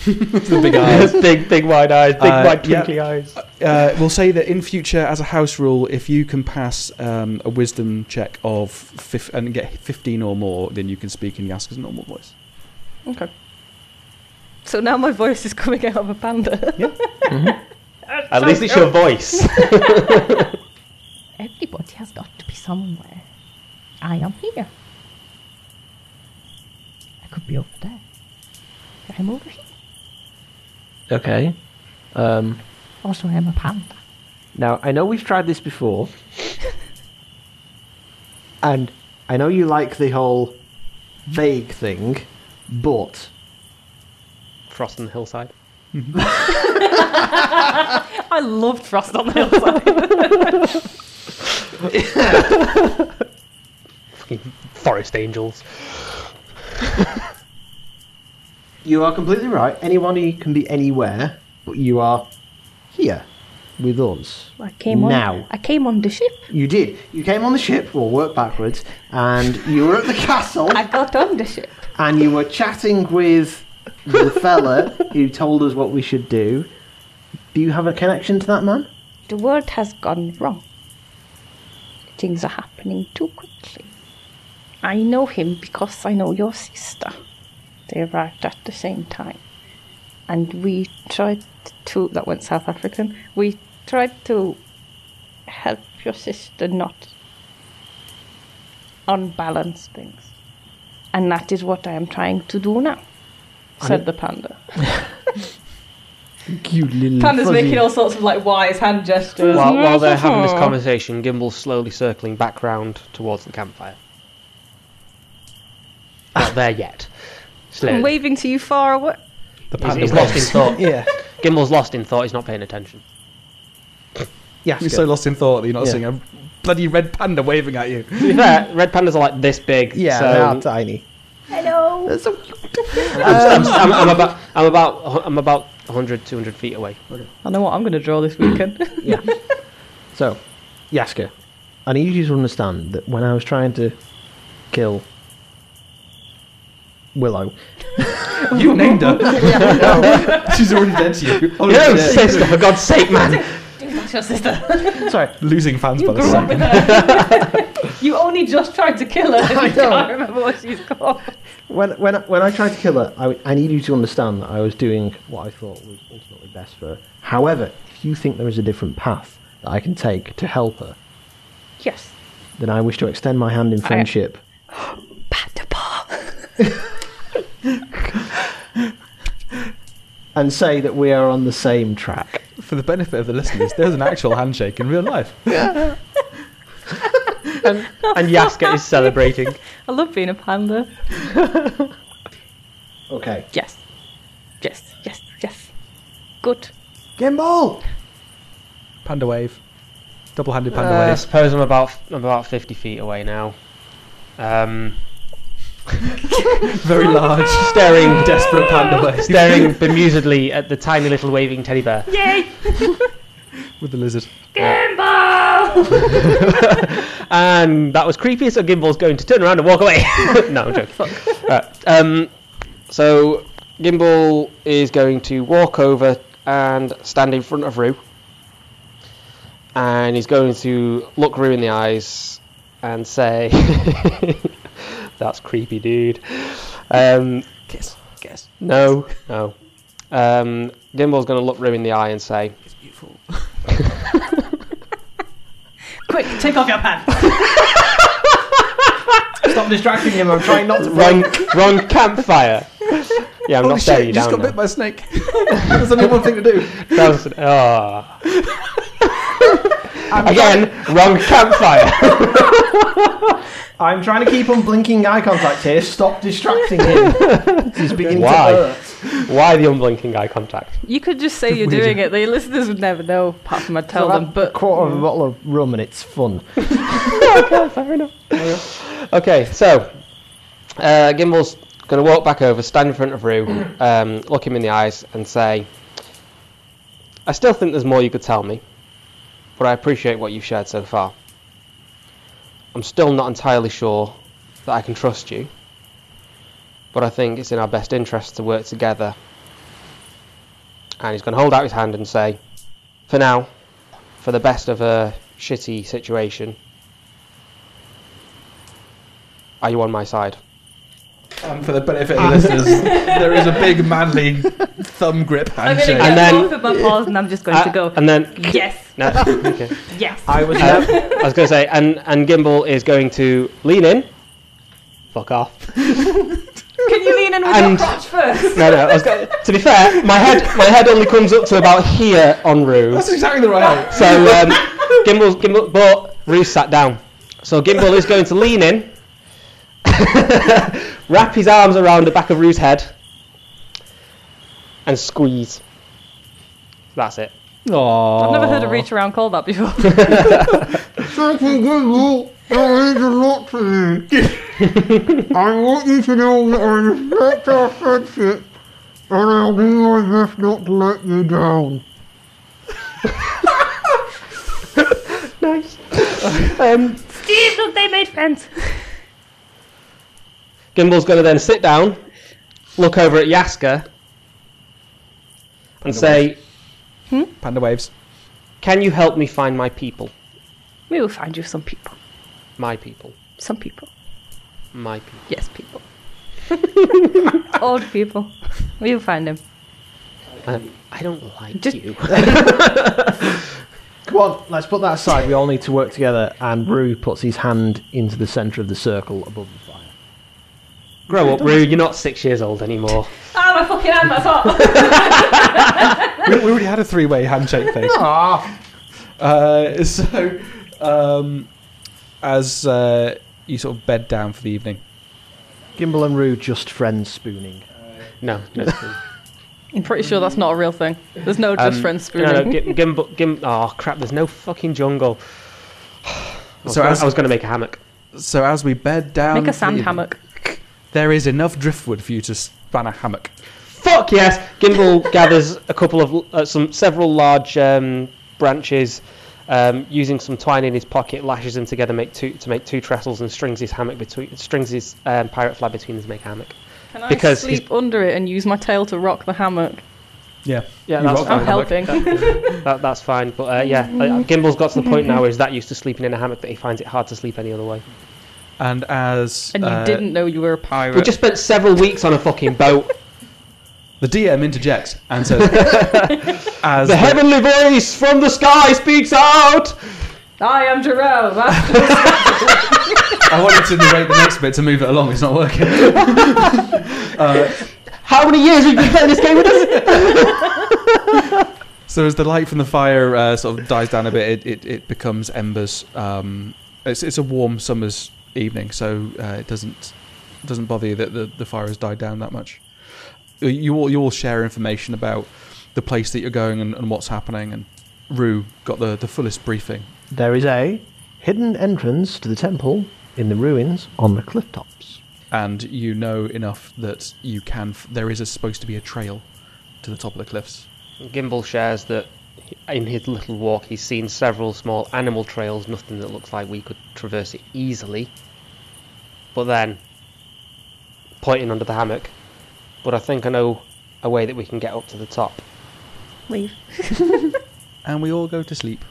[SPEAKER 6] The big eyes.
[SPEAKER 4] big, big wide eyes, big
[SPEAKER 6] Uh,
[SPEAKER 4] wide
[SPEAKER 6] yeah.
[SPEAKER 4] twinkly eyes.
[SPEAKER 6] uh, we'll say that in future, as a house rule, if you can pass um, a wisdom check of fif- and get 15 or more, then you can speak in Yaska's normal voice.
[SPEAKER 3] okay. So now my voice is coming out of a panda.
[SPEAKER 4] At least it's your voice.
[SPEAKER 8] Everybody has got to be somewhere. I am here. I could be over there. I'm over here.
[SPEAKER 5] Okay. Um,
[SPEAKER 8] Also, I'm a panda.
[SPEAKER 5] now I know we've tried this before, and I know you like the whole vague thing, but
[SPEAKER 4] Frost on the hillside.
[SPEAKER 3] I loved Frost on the Hillside.
[SPEAKER 4] Fucking forest angels.
[SPEAKER 5] You are completely right. Anybody can be anywhere, but you are here with us.
[SPEAKER 8] I came on.
[SPEAKER 5] Now.
[SPEAKER 8] I came on the ship.
[SPEAKER 5] You did. You came on the ship, we'll work backwards, and you were at the castle,
[SPEAKER 8] I got on the ship.
[SPEAKER 5] and you were chatting with the fella who told us what we should do. Do you have a connection to that man?
[SPEAKER 8] The world has gone wrong. Things are happening too quickly. I know him because I know your sister. They arrived at the same time.
[SPEAKER 3] and we tried to. That went South African.
[SPEAKER 8] We tried to help your sister not unbalance things. And that is what I am trying to do now,
[SPEAKER 3] Said the panda.
[SPEAKER 5] You little
[SPEAKER 3] Panda's making all sorts of like wise hand gestures.
[SPEAKER 4] While, while they're having this conversation, Gimble's slowly circling back round towards the campfire. Not there yet.
[SPEAKER 3] I'm
[SPEAKER 4] Slowly.
[SPEAKER 3] waving to you far away.
[SPEAKER 5] the
[SPEAKER 4] He's, he's lost in thought.
[SPEAKER 5] Yeah.
[SPEAKER 4] Gimble's lost in thought. He's not paying attention.
[SPEAKER 5] Yes.
[SPEAKER 6] You're so lost in thought that you're not
[SPEAKER 5] Yeah.
[SPEAKER 6] seeing a bloody red panda waving at you.
[SPEAKER 4] To be fair, red pandas are like this big.
[SPEAKER 5] yeah,
[SPEAKER 4] so
[SPEAKER 5] they are tiny.
[SPEAKER 8] Hello.
[SPEAKER 4] I'm, I'm, I'm about, I'm about, I'm about 100, 200 feet away.
[SPEAKER 3] I know what I'm going to draw this weekend.
[SPEAKER 5] yeah. So, Yaska, I need you to understand that when I was trying to kill Willow,
[SPEAKER 6] You named her. She's already dead to you. Already
[SPEAKER 4] No,
[SPEAKER 6] dead.
[SPEAKER 4] sister, for God's sake, man!
[SPEAKER 3] That's your sister.
[SPEAKER 5] sorry,
[SPEAKER 6] Losing fans by the
[SPEAKER 3] Grew up
[SPEAKER 6] second.
[SPEAKER 3] with her. you only just tried to kill her. I
[SPEAKER 5] I
[SPEAKER 3] you can't
[SPEAKER 5] know.
[SPEAKER 3] remember what she's called.
[SPEAKER 5] when when I- when I tried to kill her, I, I need you to understand that I was doing what I thought was ultimately best for her. However, if you think there is a different path that I can take to help her,
[SPEAKER 8] Yes.
[SPEAKER 5] then I wish to extend my hand in friendship.
[SPEAKER 8] Panda paw.
[SPEAKER 5] and say that we are on the same track.
[SPEAKER 6] For the benefit of the listeners, there's an actual handshake in real life.
[SPEAKER 4] And, and Yaska is celebrating.
[SPEAKER 3] I love being a panda.
[SPEAKER 5] Okay.
[SPEAKER 3] Yes. Yes, yes, yes. Good.
[SPEAKER 5] Gimbal!
[SPEAKER 6] Panda wave. Double handed panda
[SPEAKER 4] Uh, I
[SPEAKER 6] wave.
[SPEAKER 4] suppose I'm about I'm about 50 feet away now. Um,
[SPEAKER 6] Very large,
[SPEAKER 4] staring,
[SPEAKER 6] desperate panda wave
[SPEAKER 4] staring bemusedly at the tiny little waving teddy bear.
[SPEAKER 7] Yay!
[SPEAKER 6] with the lizard.
[SPEAKER 7] Gimbal!
[SPEAKER 4] And that was creepy, so Gimbal's going to turn around and walk away. no, I'm joking. Right, um, so Gimbal is going to walk over and stand in front of Rue. And he's going to look Rue in the eyes and say, That's creepy, dude. Um,
[SPEAKER 6] Kiss, kiss.
[SPEAKER 4] no, no. Um, Gimbal's going to look Rue in the eye and say,
[SPEAKER 6] It's beautiful.
[SPEAKER 3] Quick, take off your pants.
[SPEAKER 5] Stop distracting him, I'm trying not to.
[SPEAKER 4] Wrong, wrong campfire. Yeah, I'm
[SPEAKER 6] Holy Oh,
[SPEAKER 4] not staring
[SPEAKER 6] shit,
[SPEAKER 4] you
[SPEAKER 6] you just
[SPEAKER 4] down.
[SPEAKER 6] got
[SPEAKER 4] now.
[SPEAKER 6] bit by a snake. There's only one thing to do.
[SPEAKER 4] That was, ah. Again, wrong campfire.
[SPEAKER 5] I'm trying to keep on blinking eye contact here. Stop distracting him. He's beginning
[SPEAKER 4] Why?
[SPEAKER 5] to hurt.
[SPEAKER 4] Why the unblinking eye contact?
[SPEAKER 3] You could just say you're doing it. The listeners would never know, apart from I tell
[SPEAKER 5] I've
[SPEAKER 3] them.
[SPEAKER 5] had a
[SPEAKER 3] But
[SPEAKER 5] quarter of a bottle of rum and it's fun.
[SPEAKER 4] Okay, so uh, Gimbal's going to walk back over, stand in front of Rue, um, look him in the eyes, and say, "I still think there's more you could tell me, but I appreciate what you've shared so far. I'm still not entirely sure that I can trust you, but I think it's in our best interest to work together." And he's going to hold out his hand and say, "For now, for the best of a shitty situation, are you on my side?"
[SPEAKER 6] And Um, for the benefit of the listeners, there is a big manly thumb grip
[SPEAKER 3] I'm going to
[SPEAKER 6] handshake.
[SPEAKER 3] get
[SPEAKER 4] And then-
[SPEAKER 3] both of my paws, and I'm just going to
[SPEAKER 4] Uh,
[SPEAKER 3] go.
[SPEAKER 4] And then
[SPEAKER 3] Yes,
[SPEAKER 4] no, okay.
[SPEAKER 3] yes.
[SPEAKER 5] I was
[SPEAKER 4] Um,
[SPEAKER 5] never.
[SPEAKER 4] I was going to say, and and Gimbal is going to lean in. Fuck off.
[SPEAKER 3] Can you lean in with your
[SPEAKER 4] and-
[SPEAKER 3] crotch first?
[SPEAKER 4] No, no. I was going, to be fair, my head my head only comes up to about here on Rue.
[SPEAKER 6] That's exactly the right height.
[SPEAKER 4] So um, Gimbal, Gimbal, but Rue sat down. So Gimbal is going to lean in, wrap his arms around the back of Rue's head, and squeeze. That's it.
[SPEAKER 6] Aww.
[SPEAKER 3] I've never heard a reach around called that before.
[SPEAKER 9] Thank you, Google. That means a lot to me. I want you to know that I respect our friendship, and I'll do my best not to let you down.
[SPEAKER 4] Nice. um,
[SPEAKER 7] Steve, look, they made friends.
[SPEAKER 4] Gimbal's going to then sit down, look over at Yaska, and say,
[SPEAKER 6] Panda waves.
[SPEAKER 4] Can you help me find my people?
[SPEAKER 8] We will find you some people.
[SPEAKER 4] My people.
[SPEAKER 8] Some people.
[SPEAKER 4] My people.
[SPEAKER 3] yes, people. Old people. We'll find him.
[SPEAKER 4] Um, I don't like
[SPEAKER 3] Just-
[SPEAKER 4] you.
[SPEAKER 5] Come on, let's put that aside. We all need to work together. And Rue puts his hand into the centre of the circle above the fire.
[SPEAKER 4] Grow up, Rue. You're not six years old anymore.
[SPEAKER 3] Ah, my fucking hand, that's hot.
[SPEAKER 6] We, we already had a three way handshake thing.
[SPEAKER 5] Ah!
[SPEAKER 6] Uh, so, um, as uh, you sort of bed down for the evening,
[SPEAKER 5] Gimbal and Rue just friends spooning.
[SPEAKER 4] No. no
[SPEAKER 3] I'm pretty sure that's not a real thing. There's no just
[SPEAKER 4] Um,
[SPEAKER 3] friends
[SPEAKER 4] no, no.
[SPEAKER 3] spooning.
[SPEAKER 4] Gim, Gimbal- Gim, oh, crap. There's no fucking jungle. I was
[SPEAKER 6] So
[SPEAKER 4] gonna-
[SPEAKER 6] as-
[SPEAKER 4] I was going to make a hammock.
[SPEAKER 6] so as we bed down,
[SPEAKER 3] Make
[SPEAKER 6] for
[SPEAKER 3] a
[SPEAKER 6] the
[SPEAKER 3] sand
[SPEAKER 6] evening,
[SPEAKER 3] hammock.
[SPEAKER 6] There is enough driftwood for you to span a hammock.
[SPEAKER 4] Fuck yes! Gimbal gathers a couple of uh, some several large um, branches, um, using some twine in his pocket, lashes them together, make two to make two trestles, and strings his hammock between strings his um, pirate flag between them to make a hammock.
[SPEAKER 3] Can I
[SPEAKER 4] because
[SPEAKER 3] sleep under it and use my tail to rock the hammock?
[SPEAKER 6] Yeah,
[SPEAKER 4] Yeah,
[SPEAKER 6] You
[SPEAKER 4] that's
[SPEAKER 6] rock
[SPEAKER 4] fine.
[SPEAKER 3] I'm helping.
[SPEAKER 4] That, that's fine. But uh, yeah, uh, Gimbal's got to the point now where he's that used to sleeping in a hammock that he finds it hard to sleep any other way.
[SPEAKER 6] and as
[SPEAKER 3] And you
[SPEAKER 6] uh,
[SPEAKER 3] didn't know you were a pirate.
[SPEAKER 4] We just spent several weeks on a fucking boat.
[SPEAKER 6] the DM interjects and says, as
[SPEAKER 4] the heavenly voice from the sky speaks out.
[SPEAKER 3] I am Jerome.
[SPEAKER 6] I wanted to narrate the next bit to move it along. It's not working.
[SPEAKER 4] How many years have you been playing this game with us?
[SPEAKER 6] So as the light from the fire uh, sort of dies down a bit, it, it, it becomes embers. Um, it's, it's a warm summer's evening, so uh, it doesn't doesn't bother you that the, the fire has died down that much. Uh, You all you all share information about the place that you're going and, and what's happening. And Rue got the, the fullest briefing.
[SPEAKER 5] There is a hidden entrance to the temple in the ruins on the cliff tops.
[SPEAKER 6] and you know enough that you can. F- there is a, supposed to be a trail to the top of the cliffs.
[SPEAKER 4] Gimbal shares that in his little walk he's seen several small animal trails, nothing that looks like we could traverse it easily. But then, pointing under the hammock, but I think I know a way that we can get up to the top.
[SPEAKER 8] Leave.
[SPEAKER 6] And we all go to sleep.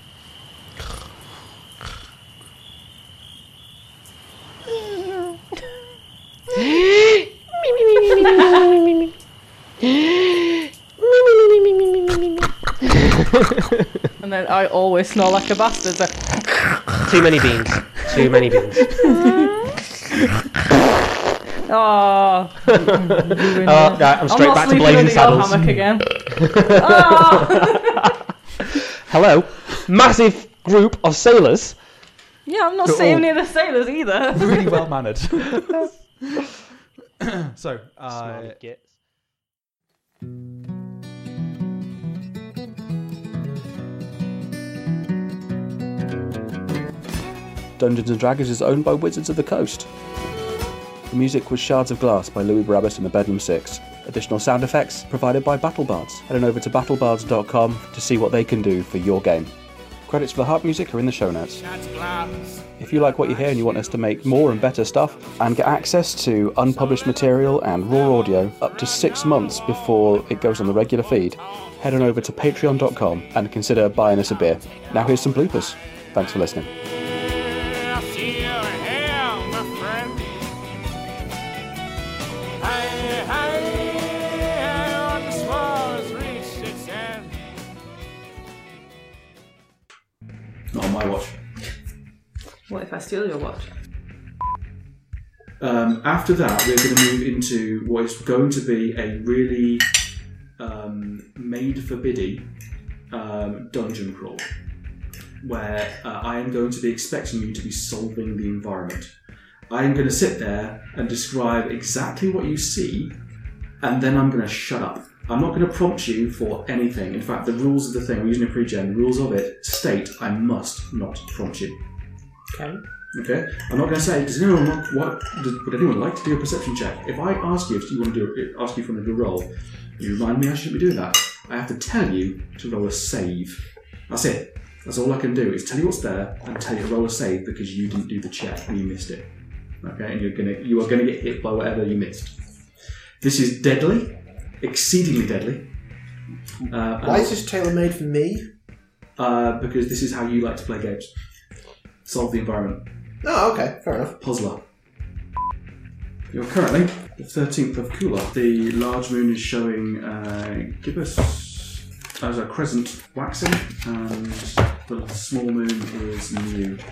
[SPEAKER 3] And then I always snore like a bastard. So
[SPEAKER 4] Too many beans. Too many beans. Oh,
[SPEAKER 3] Oh,
[SPEAKER 4] right, I'm Uh, straight
[SPEAKER 3] not
[SPEAKER 4] back to
[SPEAKER 3] sleeping
[SPEAKER 4] blazing
[SPEAKER 3] under your
[SPEAKER 4] saddles.
[SPEAKER 3] hammock again.
[SPEAKER 4] Hello, massive group of sailors.
[SPEAKER 3] Yeah, I'm not
[SPEAKER 6] They're
[SPEAKER 3] staying
[SPEAKER 6] all-
[SPEAKER 3] near the sailors either.
[SPEAKER 6] Really well mannered. so, uh,
[SPEAKER 1] Dungeons and Dragons is owned by Wizards of the Coast. The music was Shards of Glass by Louis Barabas and the Bedlam Six. Additional sound effects provided by BattleBards. Head on over to battlebards.com to see what they can do for your game. Credits for the harp music are in the show notes. If you like what you hear and you want us to make more and better stuff and get access to unpublished material and raw audio up to six months before it goes on the regular feed, head on over to patreon.com and consider buying us a beer. Now here's some bloopers. Thanks for listening.
[SPEAKER 2] I'll see you here, my friend. Hey, hey, on the swallows reached its end.
[SPEAKER 1] Not on my watch.
[SPEAKER 3] What if I steal your watch?
[SPEAKER 6] um, after that, we're going to move into what is going to be a really um, made for biddy um, dungeon crawl, where uh, I am going to be expecting you to be solving the environment. I am going to sit there and describe exactly what you see, and then I'm going to shut up. I'm not going to prompt you for anything. In fact, the rules of the thing, we're using a pre-gen, the rules of it state I must not prompt you. Okay, I'm not going to say. Does anyone want, what? Does, would anyone like to do a perception check? If I ask you if you want to do ask you if you want to do a roll, you remind me I shouldn't be doing that. I have to tell you to roll a save. That's it. That's all I can do is tell you what's there and tell you to roll a save because you didn't do the check and you missed it. Okay, and you're gonna you are gonna get hit by whatever you missed. This is deadly, exceedingly deadly. Uh,
[SPEAKER 10] Why is this tailor made for me?
[SPEAKER 6] uh, because this is how you like to play games. Solve the environment.
[SPEAKER 10] Oh, okay, fair enough.
[SPEAKER 6] Puzzler. You're currently the 13th of Kula. The large moon is showing uh, gibbous as a crescent waxing, and the small moon is nude.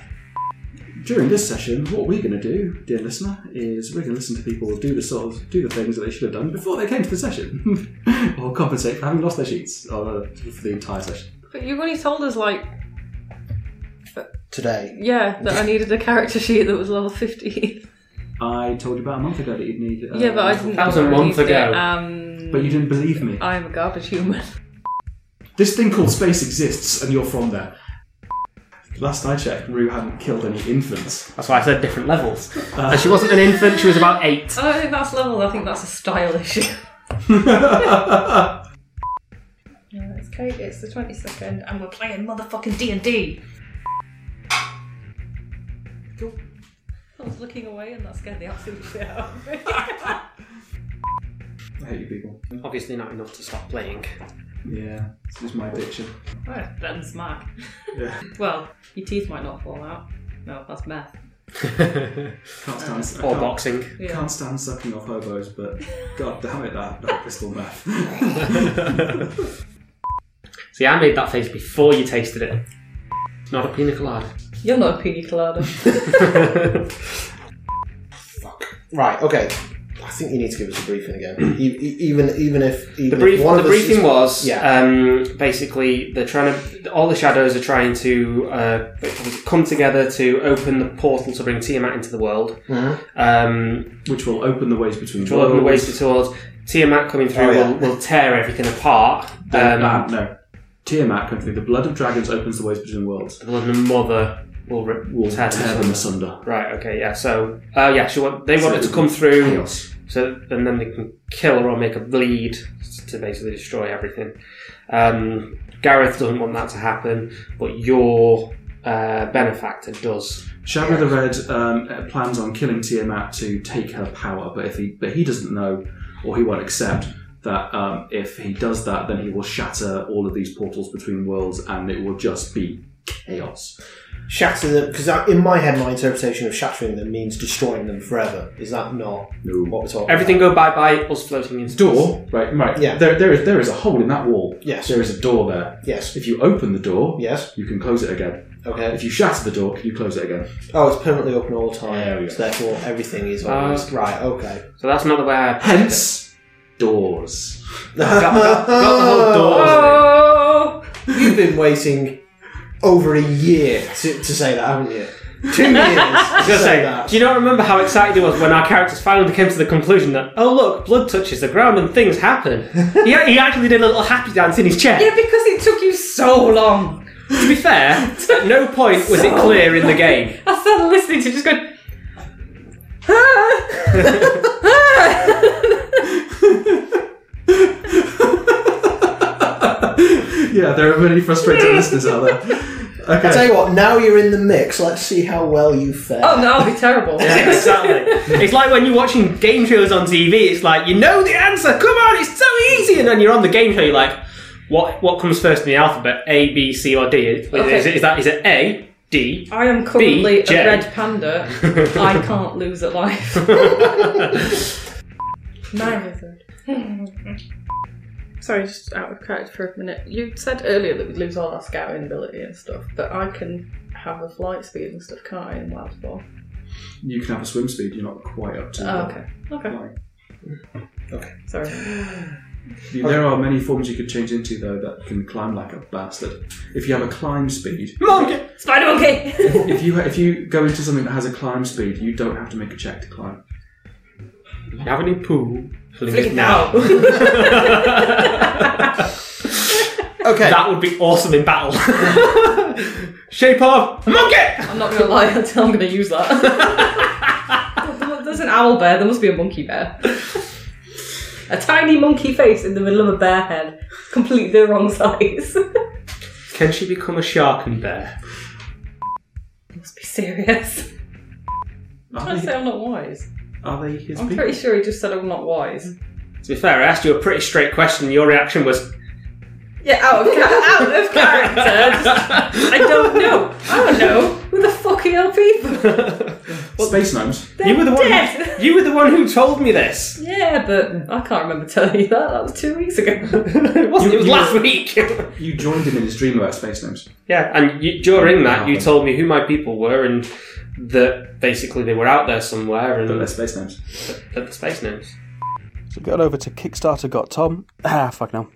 [SPEAKER 6] During this session, what we're going to do, dear listener, is we're going to listen to people do the sort of, do the things that they should have done before they came to the session, or compensate for having lost their sheets or, uh, for the entire session.
[SPEAKER 3] But you've only told us, like,
[SPEAKER 10] Today.
[SPEAKER 3] yeah, that I needed a character sheet that was level 50.
[SPEAKER 6] I told you about a month ago that you'd need. Uh,
[SPEAKER 3] yeah, but I didn't
[SPEAKER 11] That was a
[SPEAKER 3] I
[SPEAKER 11] month
[SPEAKER 3] needed
[SPEAKER 11] ago.
[SPEAKER 3] It. Um,
[SPEAKER 6] But you didn't believe me.
[SPEAKER 3] I'm a garbage human.
[SPEAKER 6] This thing called space exists, and you're from there. Last I checked, Rue hadn't killed any infants.
[SPEAKER 11] That's why I said different levels. And she wasn't an infant, she was about eight.
[SPEAKER 3] Oh, I don't think that's level, I think that's a style issue. Yeah, it's, Kate, it's the 22nd and we're playing motherfucking D&D. I was looking away and that scared the absolute shit out of me.
[SPEAKER 6] I hate you people.
[SPEAKER 11] Obviously not enough to stop playing.
[SPEAKER 6] Yeah, this is my addiction.
[SPEAKER 3] Well, then smack.
[SPEAKER 6] Yeah.
[SPEAKER 3] Well, your teeth might not fall out. No, that's meth.
[SPEAKER 6] Can't stand. I
[SPEAKER 11] Or
[SPEAKER 6] can't-
[SPEAKER 11] boxing.
[SPEAKER 3] Yeah.
[SPEAKER 6] Can't stand sucking off hobos, but god damn it, that, that pistol meth.
[SPEAKER 11] See, I made that face before you tasted it. It's not a pina colada.
[SPEAKER 3] You're not a pina colada.
[SPEAKER 10] Right, okay.
[SPEAKER 5] I think you need to give us a briefing again. E- e- even even if even
[SPEAKER 4] The, brief,
[SPEAKER 5] if one
[SPEAKER 4] the
[SPEAKER 5] of us is-
[SPEAKER 4] briefing was
[SPEAKER 5] yeah.
[SPEAKER 4] um, basically they're trying to. All the shadows are trying to uh, come together to open the portal to bring Tiamat into the world,
[SPEAKER 5] Mhm.
[SPEAKER 4] um,
[SPEAKER 12] which will open the ways between
[SPEAKER 4] which will open the
[SPEAKER 12] worlds.
[SPEAKER 4] ways to the world. Tiamat coming through
[SPEAKER 12] Oh, yeah.
[SPEAKER 4] will, will tear everything apart. Um,
[SPEAKER 12] Uh, no, no. Tiamat comes through. The blood of dragons opens the ways between worlds.
[SPEAKER 4] The blood of mother will, rip,
[SPEAKER 12] will tear,
[SPEAKER 4] asunder.
[SPEAKER 12] them asunder.
[SPEAKER 4] Right. Okay. Yeah. So, uh, yeah. She want, they
[SPEAKER 12] So
[SPEAKER 4] want it
[SPEAKER 12] it
[SPEAKER 4] to come
[SPEAKER 12] will be
[SPEAKER 4] through.
[SPEAKER 12] chaos.
[SPEAKER 4] So and then they can kill her or make her bleed to basically destroy everything. Um, Gareth doesn't want that to happen, but your uh, benefactor does.
[SPEAKER 12] Shadow the Red um, uh, plans on killing Tiamat to take her power, but if he but he doesn't know or he won't accept that um, if he does that, then he will shatter all of these portals between worlds, and it will just be chaos.
[SPEAKER 5] shatter them because in my head, my interpretation of shattering them means destroying them forever. Is that not what we're talking?
[SPEAKER 4] Everything go bye bye. Us floating into
[SPEAKER 12] Door, right, right.
[SPEAKER 5] Yeah.
[SPEAKER 12] There, there is there is a hole in that wall.
[SPEAKER 5] Yes.
[SPEAKER 12] There is a door there.
[SPEAKER 5] Yes.
[SPEAKER 12] If you open the door,
[SPEAKER 5] yes,
[SPEAKER 12] you can close it again.
[SPEAKER 5] Okay.
[SPEAKER 12] If you shatter the door, can you close it again?
[SPEAKER 5] Oh, it's permanently open all the time.
[SPEAKER 12] There we go.
[SPEAKER 5] So therefore, everything
[SPEAKER 4] Uh,
[SPEAKER 5] is always
[SPEAKER 4] Okay.
[SPEAKER 5] right. Okay.
[SPEAKER 4] So that's not the way. I
[SPEAKER 12] Hence, doors.
[SPEAKER 4] Got- got- got the whole doors
[SPEAKER 3] Oh!
[SPEAKER 5] You've been waiting over a year to, to say that, haven't you? Two years.
[SPEAKER 4] I was
[SPEAKER 5] to
[SPEAKER 4] gonna
[SPEAKER 5] say
[SPEAKER 4] say,
[SPEAKER 5] that.
[SPEAKER 4] do you not remember how excited it was when our characters finally came to the conclusion that, oh look, blood touches the ground and things happen? he, he actually did a little happy dance in his chair. Yeah, because it took you so long. To be fair, at no point was it clear in the game.
[SPEAKER 3] I started listening to it, just going. "Ah!" Oh,
[SPEAKER 12] yeah, there are many frustrated listeners out there. Okay.
[SPEAKER 5] I tell you what. Now you're in the mix. Let's see how well you fare.
[SPEAKER 3] Oh no, it'll be terrible.
[SPEAKER 4] Yeah, exactly. it's like when you're watching game trailers on TV, it's like, you know the answer, come on, it's so easy! And then you're on the game trailer, you're like, what, what comes first in the alphabet? A, B, C, or D? Is,
[SPEAKER 3] Okay.
[SPEAKER 4] is, it- is that, is it A, D?
[SPEAKER 3] I am currently
[SPEAKER 4] B, J?
[SPEAKER 3] a red panda. I can't lose at life. Neither of them. Sorry, just out of character for a minute. You said earlier that we'd lose all our scouting ability and stuff, but I can have a flight speed and stuff, can't I, in Wild Four?
[SPEAKER 12] You can have a swim speed. You're not quite up to.
[SPEAKER 3] Oh,
[SPEAKER 12] that.
[SPEAKER 3] okay. Okay.
[SPEAKER 5] Okay.
[SPEAKER 3] Sorry.
[SPEAKER 12] You- There are many forms you could change into though that can climb like a bastard. If you have a climb speed,
[SPEAKER 3] Monkey! Spider monkey!
[SPEAKER 12] if you if you go into something that has a climb speed, you don't have to make a check to climb.
[SPEAKER 4] Have any poo? Fling
[SPEAKER 3] it now.
[SPEAKER 5] okay.
[SPEAKER 4] That would be awesome in battle. Shape of monkey.
[SPEAKER 3] I'm not gonna lie, until I'm gonna use that. There's an owl bear. There must be a monkey bear. A tiny monkey face in the middle of a bear head, completely the wrong size.
[SPEAKER 4] Can she become a shark and bear?
[SPEAKER 3] must be serious. I'm trying to say I'm not wise.
[SPEAKER 12] Are they his
[SPEAKER 3] I'm
[SPEAKER 4] people?
[SPEAKER 3] pretty sure he just said I'm not wise.
[SPEAKER 4] To be fair, I asked you a pretty straight question. Your reaction was,
[SPEAKER 3] Yeah, out of, ca- out of character. Just- I don't know. I don't know. Who the fuck are your people?
[SPEAKER 12] Space gnomes.
[SPEAKER 4] "You were the one.
[SPEAKER 3] dead.
[SPEAKER 4] You were the one who told me this.
[SPEAKER 3] Yeah, but I can't remember telling you that. That was two weeks ago.
[SPEAKER 4] it wasn't. it was last week.
[SPEAKER 12] You joined him in his dream about space gnomes.
[SPEAKER 4] yeah, and you, during that, you told me who my people were and that basically they were out there somewhere. And
[SPEAKER 12] they're space names.
[SPEAKER 4] They're the space names.
[SPEAKER 1] So going over to Kickstarter got Tom. Ah, fuck no.